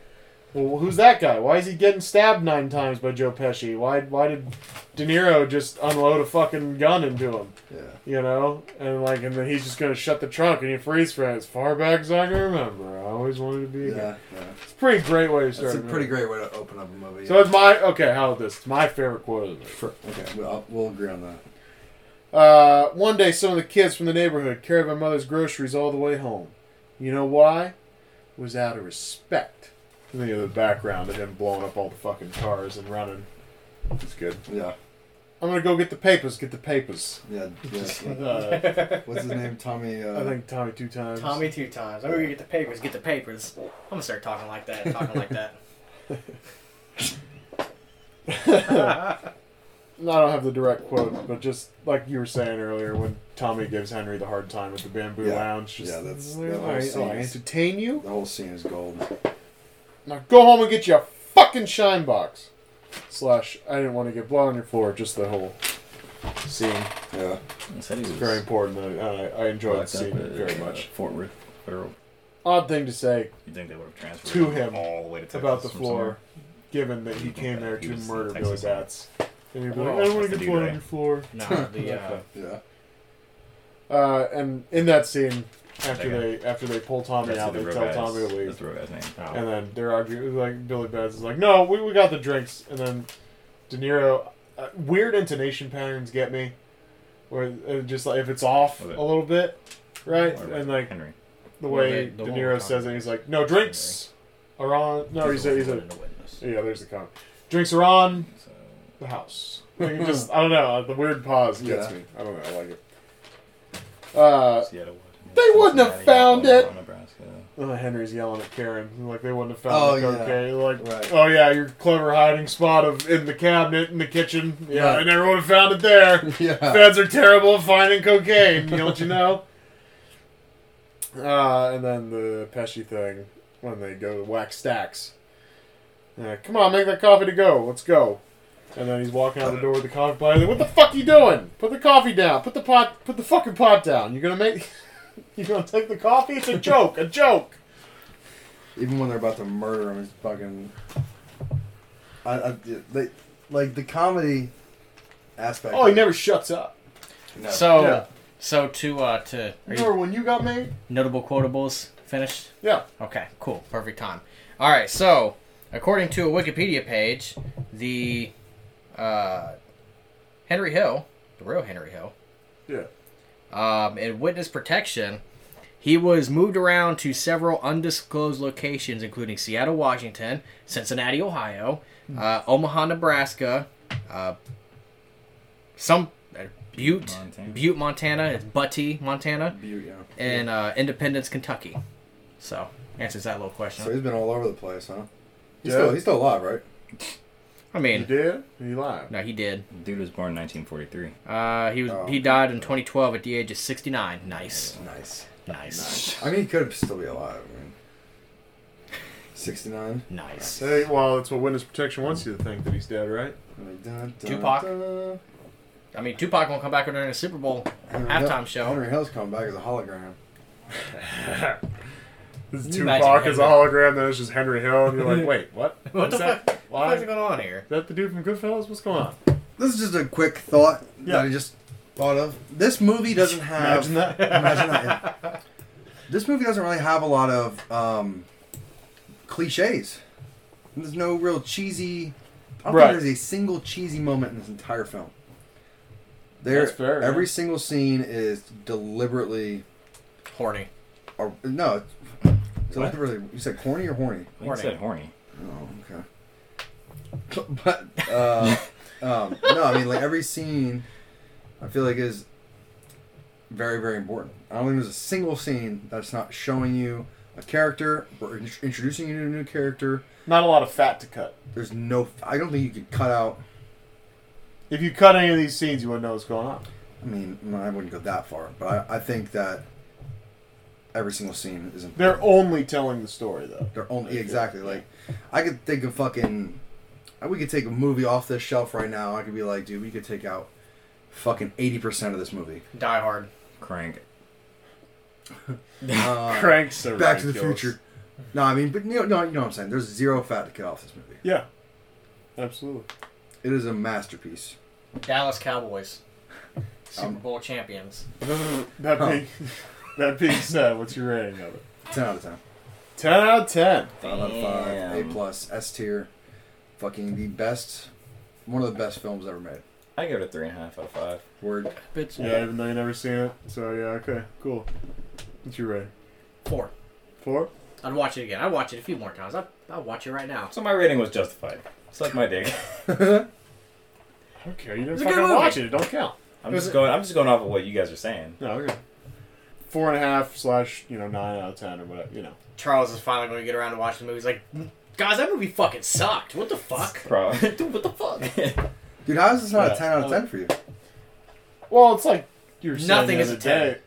Speaker 1: well, who's that guy? Why is he getting stabbed nine times by Joe Pesci? Why why did De Niro just unload a fucking gun into him?
Speaker 3: Yeah.
Speaker 1: You know, and like, and then he's just gonna shut the trunk and you freeze frame as far back as I can remember. I always wanted to be. a guy.
Speaker 3: Yeah, yeah.
Speaker 1: It's a pretty great way to start.
Speaker 3: That's a
Speaker 1: movie.
Speaker 3: pretty great way to open up a movie.
Speaker 1: So it's my okay. How about this? It's my favorite quote of the movie.
Speaker 3: okay, well, we'll agree on that.
Speaker 1: Uh, one day, some of the kids from the neighborhood carried my mother's groceries all the way home. You know why? It was out of respect. And then you have the background of him blowing up all the fucking cars and running. It's good.
Speaker 3: Yeah,
Speaker 1: I'm gonna go get the papers. Get the papers.
Speaker 3: yeah, yeah.
Speaker 1: Uh,
Speaker 3: What's his name? Tommy. Uh,
Speaker 1: I think Tommy two times.
Speaker 6: Tommy two times. I'm gonna get the papers. Get the papers. I'm gonna start talking like that. Talking like that.
Speaker 1: I don't have the direct quote, but just like you were saying earlier, when Tommy gives Henry the hard time at the bamboo
Speaker 3: Yeah.
Speaker 1: lounge. Just,
Speaker 3: Yeah, that's-
Speaker 1: "All
Speaker 3: that whole
Speaker 1: right,
Speaker 3: scene
Speaker 1: I'll
Speaker 3: is-
Speaker 1: entertain you.
Speaker 3: The whole scene is gold.
Speaker 1: Now go home and get your fucking shine box. Slash, I didn't want to get blood on your floor. Just the whole scene.
Speaker 3: Yeah.
Speaker 5: I said he was
Speaker 1: Very important. and I, I enjoyed
Speaker 5: locked
Speaker 1: the scene
Speaker 5: up at,
Speaker 1: very
Speaker 5: uh,
Speaker 1: much.
Speaker 5: Fort Worth Federal.
Speaker 1: Odd thing to say
Speaker 5: You think they would have transferred
Speaker 1: To him
Speaker 5: all the way to Texas
Speaker 1: about the
Speaker 5: from
Speaker 1: floor, given that he
Speaker 5: You think
Speaker 1: came
Speaker 5: that
Speaker 1: there
Speaker 5: he
Speaker 1: to
Speaker 5: was the
Speaker 1: murder Billy
Speaker 5: Texas man?
Speaker 1: Bats. And he'd be
Speaker 5: Oh,
Speaker 1: like, I don't want
Speaker 5: that's
Speaker 1: to
Speaker 5: the
Speaker 1: get
Speaker 5: dude,
Speaker 1: blood on
Speaker 5: right?
Speaker 1: your floor.
Speaker 6: No, the uh,
Speaker 3: Yeah.
Speaker 1: Uh, and in that scene, after
Speaker 5: That
Speaker 1: they after they pull Tommy
Speaker 5: That's
Speaker 1: out,
Speaker 5: the
Speaker 1: they
Speaker 5: road
Speaker 1: tell
Speaker 5: guy's-
Speaker 1: Tommy to
Speaker 5: That's
Speaker 1: leave. Oh.
Speaker 5: the road guy's name.
Speaker 1: And then they're arguing, like, Billy Bats is like, no, we, we got the drinks. And then De Niro, uh, weird intonation patterns get me. Or uh, just like, if it's off a
Speaker 5: Okay.
Speaker 1: little bit, right?
Speaker 5: Or
Speaker 1: And like,
Speaker 5: Henry.
Speaker 1: the
Speaker 6: Well,
Speaker 1: way
Speaker 6: they- the
Speaker 1: De
Speaker 6: one
Speaker 1: Niro
Speaker 6: we're
Speaker 1: says it, he's like, "No drinks are on." No, he said, "He said, yeah." There's the comment. Drinks are on
Speaker 5: So,
Speaker 1: the house. Like it just, I don't know. The weird pause gets
Speaker 3: Yeah.
Speaker 1: me. I don't know. I like it. Uh,
Speaker 5: Seattle,
Speaker 1: They wouldn't have
Speaker 5: Cincinnati,
Speaker 1: found
Speaker 5: Oklahoma, Nebraska.
Speaker 1: oh, Henry's yelling at Karen. Like they wouldn't have found
Speaker 3: Oh,
Speaker 1: the
Speaker 3: yeah.
Speaker 1: cocaine. Like,
Speaker 3: Right.
Speaker 1: oh yeah, your clever hiding spot of in the cabinet in the kitchen. Yeah,
Speaker 3: Right.
Speaker 1: I never would have found it there.
Speaker 3: Yeah.
Speaker 1: Feds are terrible at finding cocaine, don't you know? Uh, and then the Pesci thing when they go to whack stacks. Yeah, come on, make that coffee to go. Let's go. And then he's walking out the door with the coffee pot. What the fuck you doing? Put the coffee down. Put the pot. Put the fucking pot down. You're gonna make. You're gonna take the coffee. It's a joke. A joke.
Speaker 3: Even when they're about to murder him, it's fucking. I, I they, like the comedy aspect.
Speaker 1: Oh, he never shuts up.
Speaker 3: No.
Speaker 6: so
Speaker 1: Yeah.
Speaker 6: so to uh to are you
Speaker 1: Remember when you got made?
Speaker 6: notable quotables finished?
Speaker 1: Yeah.
Speaker 6: Okay, cool, perfect time. All right, so according to a Wikipedia page, the uh, Henry Hill, the real Henry Hill,
Speaker 1: Yeah.
Speaker 6: um, in witness protection, he was moved around to several undisclosed locations, including Seattle, Washington, Cincinnati, Ohio, uh, Omaha, Nebraska, uh, some uh, Butte,
Speaker 5: Montana.
Speaker 6: Butte, Montana. It's Butte, Montana,
Speaker 3: Beauty, yeah.
Speaker 6: and uh, Independence, Kentucky. So answers that little question.
Speaker 3: So he's been all over the place, huh? He's,
Speaker 1: Yeah.
Speaker 3: still, he's still alive, right?
Speaker 1: He
Speaker 6: I mean,
Speaker 1: did. He lied.
Speaker 6: no, he did.
Speaker 5: Dude was born in 1943.
Speaker 6: Uh, he was
Speaker 3: Oh.
Speaker 6: he died in 2012 at the age of 69. Nice,
Speaker 3: Nice.
Speaker 6: nice,
Speaker 3: I mean, he could still be alive. I mean, sixty-nine.
Speaker 6: nice.
Speaker 1: Hey, well, that's what witness protection wants you to think that he's dead, right?
Speaker 3: Like, dun, dun,
Speaker 6: Tupac.
Speaker 3: dun.
Speaker 6: I mean, Tupac won't come back during the Super Bowl
Speaker 3: Henry
Speaker 6: halftime
Speaker 3: Hill-
Speaker 6: show.
Speaker 3: Henry Hill's coming back as a hologram.
Speaker 1: This
Speaker 6: Can
Speaker 1: is
Speaker 6: you imagine
Speaker 1: Tupac as a hologram, then it's just Henry Hill, and you're like, wait, what?
Speaker 6: What the
Speaker 1: that?
Speaker 6: fuck?
Speaker 1: Why?
Speaker 6: What's
Speaker 1: Is
Speaker 6: going on here?
Speaker 1: that the dude from Goodfellas? What's going on?
Speaker 3: This is just a quick thought
Speaker 1: Yeah.
Speaker 3: that I just thought of. This movie doesn't have.
Speaker 1: Imagine that.
Speaker 3: Imagine that, yeah. This movie doesn't really have a lot of um, cliches. And there's no real cheesy. I don't
Speaker 1: Right.
Speaker 3: think there's a single cheesy moment in this entire film. There,
Speaker 2: That's fair,
Speaker 3: every
Speaker 2: yeah.
Speaker 3: single scene is deliberately,
Speaker 6: Horny.
Speaker 3: or no, deliberately. You said corny or horny?
Speaker 5: I think it said horny.
Speaker 3: Oh, okay. But uh, um, no, I mean like every scene, I feel like is very very important. I don't think there's a single scene that's not showing you a character or in- introducing you to a new character.
Speaker 1: Not a lot of fat to cut.
Speaker 3: There's no, I don't think you could cut out.
Speaker 1: If you cut any of these scenes, you wouldn't know what's going on.
Speaker 3: I mean, no, I wouldn't go that far, but I, I think that every single scene is important.
Speaker 1: They're only telling the story though.
Speaker 3: They're only exactly like I could think of fucking. We could take a movie off this shelf right now. I could be like, dude, we could take out fucking eighty percent of this movie.
Speaker 6: Die Hard.
Speaker 5: Crank.
Speaker 3: Uh,
Speaker 1: Cranks are
Speaker 3: Back to the
Speaker 1: ridiculous.
Speaker 3: Future. No, I mean, but you know, no, you know what I'm saying. There's zero fat to cut off this movie.
Speaker 1: Yeah, absolutely.
Speaker 3: It is a masterpiece.
Speaker 6: Dallas Cowboys. Super
Speaker 3: Um,
Speaker 6: Bowl champions.
Speaker 1: that being that being said, what's your rating of it?
Speaker 3: Ten out of ten.
Speaker 1: Ten out of ten.
Speaker 3: Five out of five.
Speaker 5: Damn.
Speaker 3: A plus. S tier. Fucking the best. One of the best films ever made.
Speaker 5: I give it a three and a half out of five.
Speaker 3: Word.
Speaker 6: Bitch.
Speaker 1: Yeah, even though you never seen it. So yeah, okay, cool. What's your rating?
Speaker 6: Four.
Speaker 1: Four.
Speaker 6: I'd watch it again. I'd watch it a few more times. I'd, I'd watch it right now.
Speaker 5: So my rating was justified. Suck my dick.
Speaker 1: I don't care. You didn't
Speaker 6: It's a good
Speaker 1: fucking
Speaker 6: movie.
Speaker 1: watch it. It don't count.
Speaker 5: I'm just going. I'm just going off of what you guys are saying.
Speaker 1: No, okay. Four and a half slash you know nine out of ten or whatever. You know.
Speaker 6: Charles is finally going to get around to watching the movies. Like, guys, that movie fucking sucked. What the fuck?
Speaker 5: Pro.
Speaker 6: Dude, what the fuck?
Speaker 3: Dude, how is this not
Speaker 1: Yeah. Oh.
Speaker 3: a ten out of ten for you?
Speaker 1: Well, it's like you're
Speaker 6: Nothing
Speaker 1: nothing
Speaker 6: is
Speaker 1: is
Speaker 6: a
Speaker 1: a day,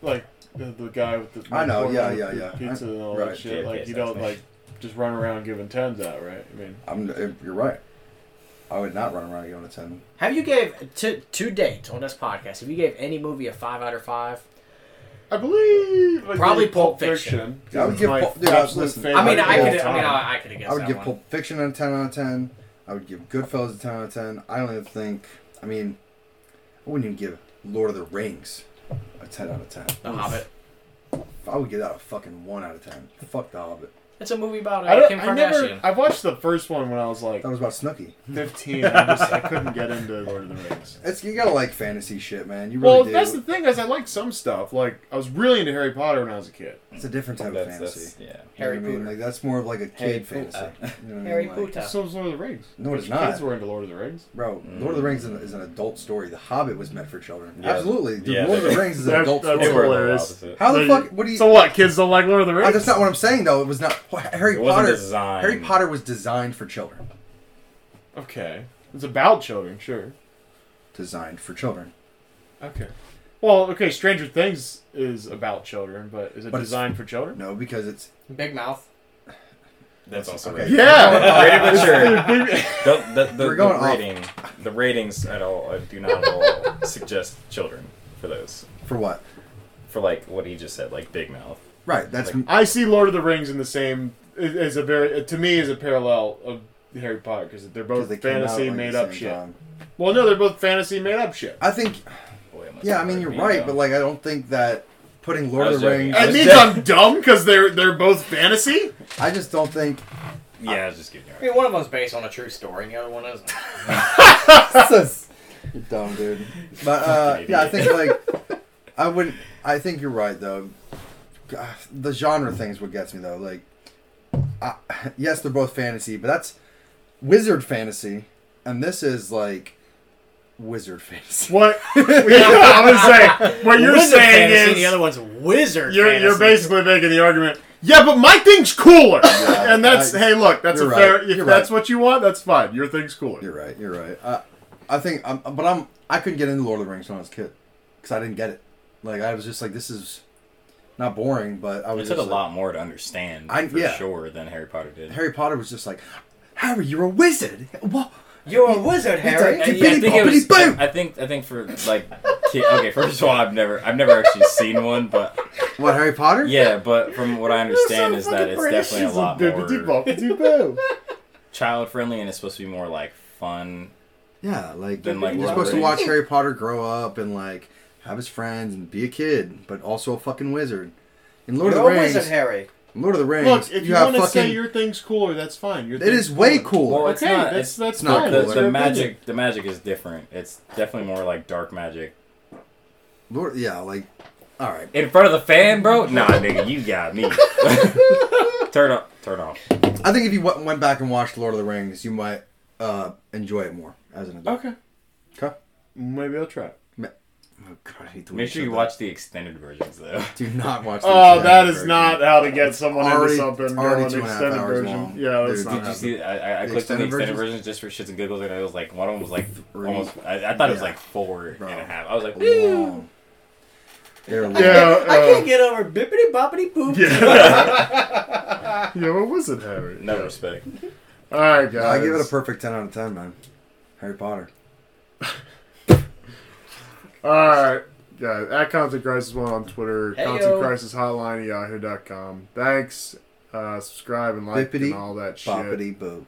Speaker 1: like the, the guy with the
Speaker 3: I know,
Speaker 1: the
Speaker 3: yeah,
Speaker 1: with
Speaker 3: yeah,
Speaker 1: the
Speaker 3: yeah.
Speaker 1: pizza and all
Speaker 3: Right.
Speaker 1: that shit.
Speaker 5: Yeah,
Speaker 1: like
Speaker 5: yes,
Speaker 1: you don't
Speaker 5: that's
Speaker 1: like just run around giving tens out, right? I mean,
Speaker 3: I'm. eh, You're right. I would not run around going to ten.
Speaker 6: Have you gave, to, to date on this podcast, have you gave any movie a five out of five?
Speaker 1: I believe like,
Speaker 6: Probably
Speaker 1: maybe
Speaker 6: Pulp Fiction.
Speaker 3: I would
Speaker 1: It's
Speaker 3: give
Speaker 1: my
Speaker 3: Pulp- dude, I-
Speaker 1: absolute
Speaker 3: listen,
Speaker 1: favorite
Speaker 6: I mean,
Speaker 1: of all
Speaker 6: I could, I mean, uh,
Speaker 1: time.
Speaker 6: I, I could have guessed
Speaker 3: I would
Speaker 6: that
Speaker 3: give
Speaker 6: one.
Speaker 3: Pulp Fiction a 10 out of 10. I would give Goodfellas a 10 out of 10. I don't even think, I mean, I wouldn't even give Lord of the Rings a 10 out of 10.
Speaker 6: The Hobbit.
Speaker 3: I would give that a fucking 1 out of 10. Fuck The Hobbit.
Speaker 6: It's a movie about
Speaker 1: I
Speaker 6: uh,
Speaker 1: don't.
Speaker 6: Kim
Speaker 1: I
Speaker 6: Kardashian.
Speaker 1: never. I watched the first one when I was like
Speaker 3: That was about Snooki.
Speaker 1: 15. I just I couldn't get into Lord of the Rings.
Speaker 3: It's, you gotta like fantasy shit, man. You really
Speaker 1: Well,
Speaker 3: do.
Speaker 1: that's the thing is I like some stuff. Like I was really into Harry Potter when I was a kid.
Speaker 3: it's a different type of
Speaker 5: That's,
Speaker 3: fantasy.
Speaker 5: that's yeah.
Speaker 3: You know what
Speaker 6: Harry
Speaker 3: I mean?
Speaker 6: Potter.
Speaker 3: Like, that's more of like a kid
Speaker 5: Harry
Speaker 3: fantasy.
Speaker 5: Potter.
Speaker 3: You know what I mean?
Speaker 6: Harry
Speaker 3: Like,
Speaker 6: Potter.
Speaker 1: So was Lord of the Rings.
Speaker 3: No, it's
Speaker 1: Which Kids
Speaker 3: not.
Speaker 1: were into Lord of the Rings.
Speaker 3: Bro, Lord of the Rings is an, is an adult story. The Hobbit was meant for children.
Speaker 5: Yeah.
Speaker 3: Absolutely. Dude,
Speaker 5: Yeah,
Speaker 3: Lord of the
Speaker 5: they-
Speaker 3: Rings is an
Speaker 1: That-
Speaker 3: adult
Speaker 1: that's
Speaker 5: They were
Speaker 3: story.
Speaker 5: the
Speaker 1: hilarious.
Speaker 5: opposite.
Speaker 3: How the
Speaker 1: So
Speaker 3: fuck?
Speaker 1: you-
Speaker 3: What do you?
Speaker 1: So what? Kids don't like Lord of the Rings.
Speaker 3: Oh, that's not what I'm saying though. It was not Harry
Speaker 5: It wasn't
Speaker 3: Potter.
Speaker 5: designed.
Speaker 3: Harry Potter was designed for children.
Speaker 1: Okay. It's about children, sure.
Speaker 3: Designed for children.
Speaker 1: Okay. Well, okay, Stranger Things is about children, but is it
Speaker 3: But it's-
Speaker 1: designed for children?
Speaker 3: No, because it's
Speaker 6: Big Mouth.
Speaker 5: That's also
Speaker 3: okay.
Speaker 5: rated.
Speaker 1: Yeah.
Speaker 5: Rated mature. The, the, the,
Speaker 3: We're
Speaker 5: the
Speaker 3: going off.
Speaker 5: rating, the ratings at all uh, do not at all suggest children for those.
Speaker 3: for what?
Speaker 5: For like what he just said, like Big Mouth.
Speaker 3: Right. That's
Speaker 1: I see Lord of the Rings in the same as a very to me is a parallel of Harry Potter because they're both
Speaker 3: because they came out,
Speaker 1: fantasy
Speaker 3: like,
Speaker 1: made
Speaker 3: the
Speaker 1: up
Speaker 3: same
Speaker 1: shit.
Speaker 3: time.
Speaker 1: Well, no, they're both fantasy made up shit.
Speaker 3: I think.
Speaker 5: Boy, must
Speaker 3: Yeah, I
Speaker 5: be
Speaker 3: mean
Speaker 5: like
Speaker 3: you're
Speaker 5: being
Speaker 3: right,
Speaker 5: dumb.
Speaker 3: but like I don't think that putting
Speaker 5: I
Speaker 3: Lord of
Speaker 5: was
Speaker 3: the
Speaker 5: joking.
Speaker 3: Rings.
Speaker 5: I
Speaker 1: That
Speaker 5: was
Speaker 1: means
Speaker 5: joking.
Speaker 1: I'm dumb because they're they're both fantasy.
Speaker 3: I just don't think.
Speaker 5: Yeah, I was just giving you.
Speaker 6: I mean, one of them's based on a true story, and the other one isn't.
Speaker 3: You're dumb, dude. But uh,
Speaker 5: Fucking
Speaker 3: yeah, I think like I wouldn't. I think you're right though. God, The genre thing's what gets me though. Like, I, yes, they're both fantasy, but that's wizard fantasy, and this is like wizard fantasy.
Speaker 1: What? Yeah, I was saying what you're
Speaker 6: Wizard
Speaker 1: saying
Speaker 6: fantasy,
Speaker 1: is
Speaker 6: the other one's wizard.
Speaker 1: You're,
Speaker 6: fantasy.
Speaker 1: you're basically making the argument. Yeah, but my thing's cooler,
Speaker 3: Yeah,
Speaker 1: and that's
Speaker 3: I-
Speaker 1: hey, look, that's a
Speaker 3: you're right,
Speaker 1: fair. If
Speaker 3: you're
Speaker 1: that's
Speaker 3: right.
Speaker 1: what you want, that's fine. Your thing's cooler.
Speaker 3: You're right. You're right. I, I think, I'm, but I'm. I couldn't get into Lord of the Rings when I was a kid because I didn't get it. Like I was just like, this is not boring, but I
Speaker 5: It
Speaker 3: was
Speaker 5: took a
Speaker 3: just like-
Speaker 5: lot more to understand
Speaker 3: I-
Speaker 5: for
Speaker 3: yeah.
Speaker 5: sure than Harry Potter did.
Speaker 3: Harry Potter was just like, Harry, you're a wizard. What?
Speaker 6: You're a wizard, Harry.
Speaker 3: It's a-
Speaker 5: I, yeah, I think it
Speaker 3: Bibbidi
Speaker 5: was,
Speaker 3: bobbidi boo!
Speaker 5: I, I think I think for like ki- okay first of all I've never I've never actually seen one but
Speaker 3: What Harry Potter?
Speaker 5: yeah but from what I understand
Speaker 1: So
Speaker 5: is that
Speaker 1: fucking
Speaker 5: it's
Speaker 1: British.
Speaker 5: definitely a
Speaker 1: She's
Speaker 5: lot
Speaker 1: bibbidi
Speaker 5: more
Speaker 1: bobbidi boo.
Speaker 5: child friendly and it's supposed to be more like fun
Speaker 3: Yeah, like,
Speaker 5: Then, like,
Speaker 3: you're
Speaker 5: Lord of
Speaker 3: supposed
Speaker 5: the
Speaker 3: to watch
Speaker 5: Rings.
Speaker 3: Harry Potter grow up and like have his friends and be a kid, but also a fucking wizard. In Lord of the Rings,
Speaker 6: Harry.
Speaker 3: Lord of the Rings.
Speaker 1: Look, if you,
Speaker 3: have
Speaker 1: want to
Speaker 3: fucking.
Speaker 1: say your thing's cooler, that's fine. Your
Speaker 3: it
Speaker 1: thing's
Speaker 3: is way cooler.
Speaker 7: Well, it's
Speaker 1: Okay,
Speaker 7: not-
Speaker 1: that's that's
Speaker 3: it's not
Speaker 1: fine.
Speaker 3: cool.
Speaker 7: The,
Speaker 1: That's your
Speaker 7: the
Speaker 1: opinion.
Speaker 7: magic, the magic is different. It's definitely more like dark magic.
Speaker 3: Lord, yeah, like, all right.
Speaker 7: In front of the fan, bro? Nah, nigga, you got me. turn up, turn off.
Speaker 3: I think if you w- went back and watched Lord of the Rings, you might uh, enjoy it more as an adult.
Speaker 1: Okay,
Speaker 7: Oh.
Speaker 3: Okay.
Speaker 1: maybe I'll try. it.
Speaker 3: Oh God, I hate the way
Speaker 7: Make sure
Speaker 3: said
Speaker 7: you
Speaker 3: that.
Speaker 7: watch the extended versions though.
Speaker 3: Do not watch. the
Speaker 1: Oh,
Speaker 3: extended
Speaker 1: that is
Speaker 3: version.
Speaker 1: not how to get someone
Speaker 3: Already-
Speaker 1: into something.
Speaker 3: already
Speaker 1: no,
Speaker 3: two
Speaker 1: an
Speaker 3: and a half
Speaker 1: extended
Speaker 3: hours
Speaker 1: version.
Speaker 3: long.
Speaker 1: Yeah, that's
Speaker 3: Dude,
Speaker 1: not.
Speaker 7: Did you see? I, I, I clicked on the
Speaker 3: Um, extended
Speaker 7: extended
Speaker 3: versions?
Speaker 7: versions just for shits and giggles, and I was like, one of them was like
Speaker 3: Three.
Speaker 7: almost. I, I thought it was
Speaker 3: Yeah.
Speaker 7: like four and a half.
Speaker 3: Bro.
Speaker 7: I was like, "Woo."
Speaker 3: Long. They're long.
Speaker 1: Yeah,
Speaker 6: I
Speaker 1: uh,
Speaker 6: can't get over bippity boppity poop.
Speaker 1: Yeah. yeah, what was it, Harry?
Speaker 7: no respect.
Speaker 1: All right, guys.
Speaker 3: I give it a perfect ten out of ten, man. Harry Potter.
Speaker 1: All right, guys. At Content Crisis One on Twitter,
Speaker 6: Heyo.
Speaker 1: Content Crisis Hotline at yahoo.com. Thanks. Uh, subscribe and like
Speaker 3: Bippity
Speaker 1: and all that shit.
Speaker 3: Boppity boo.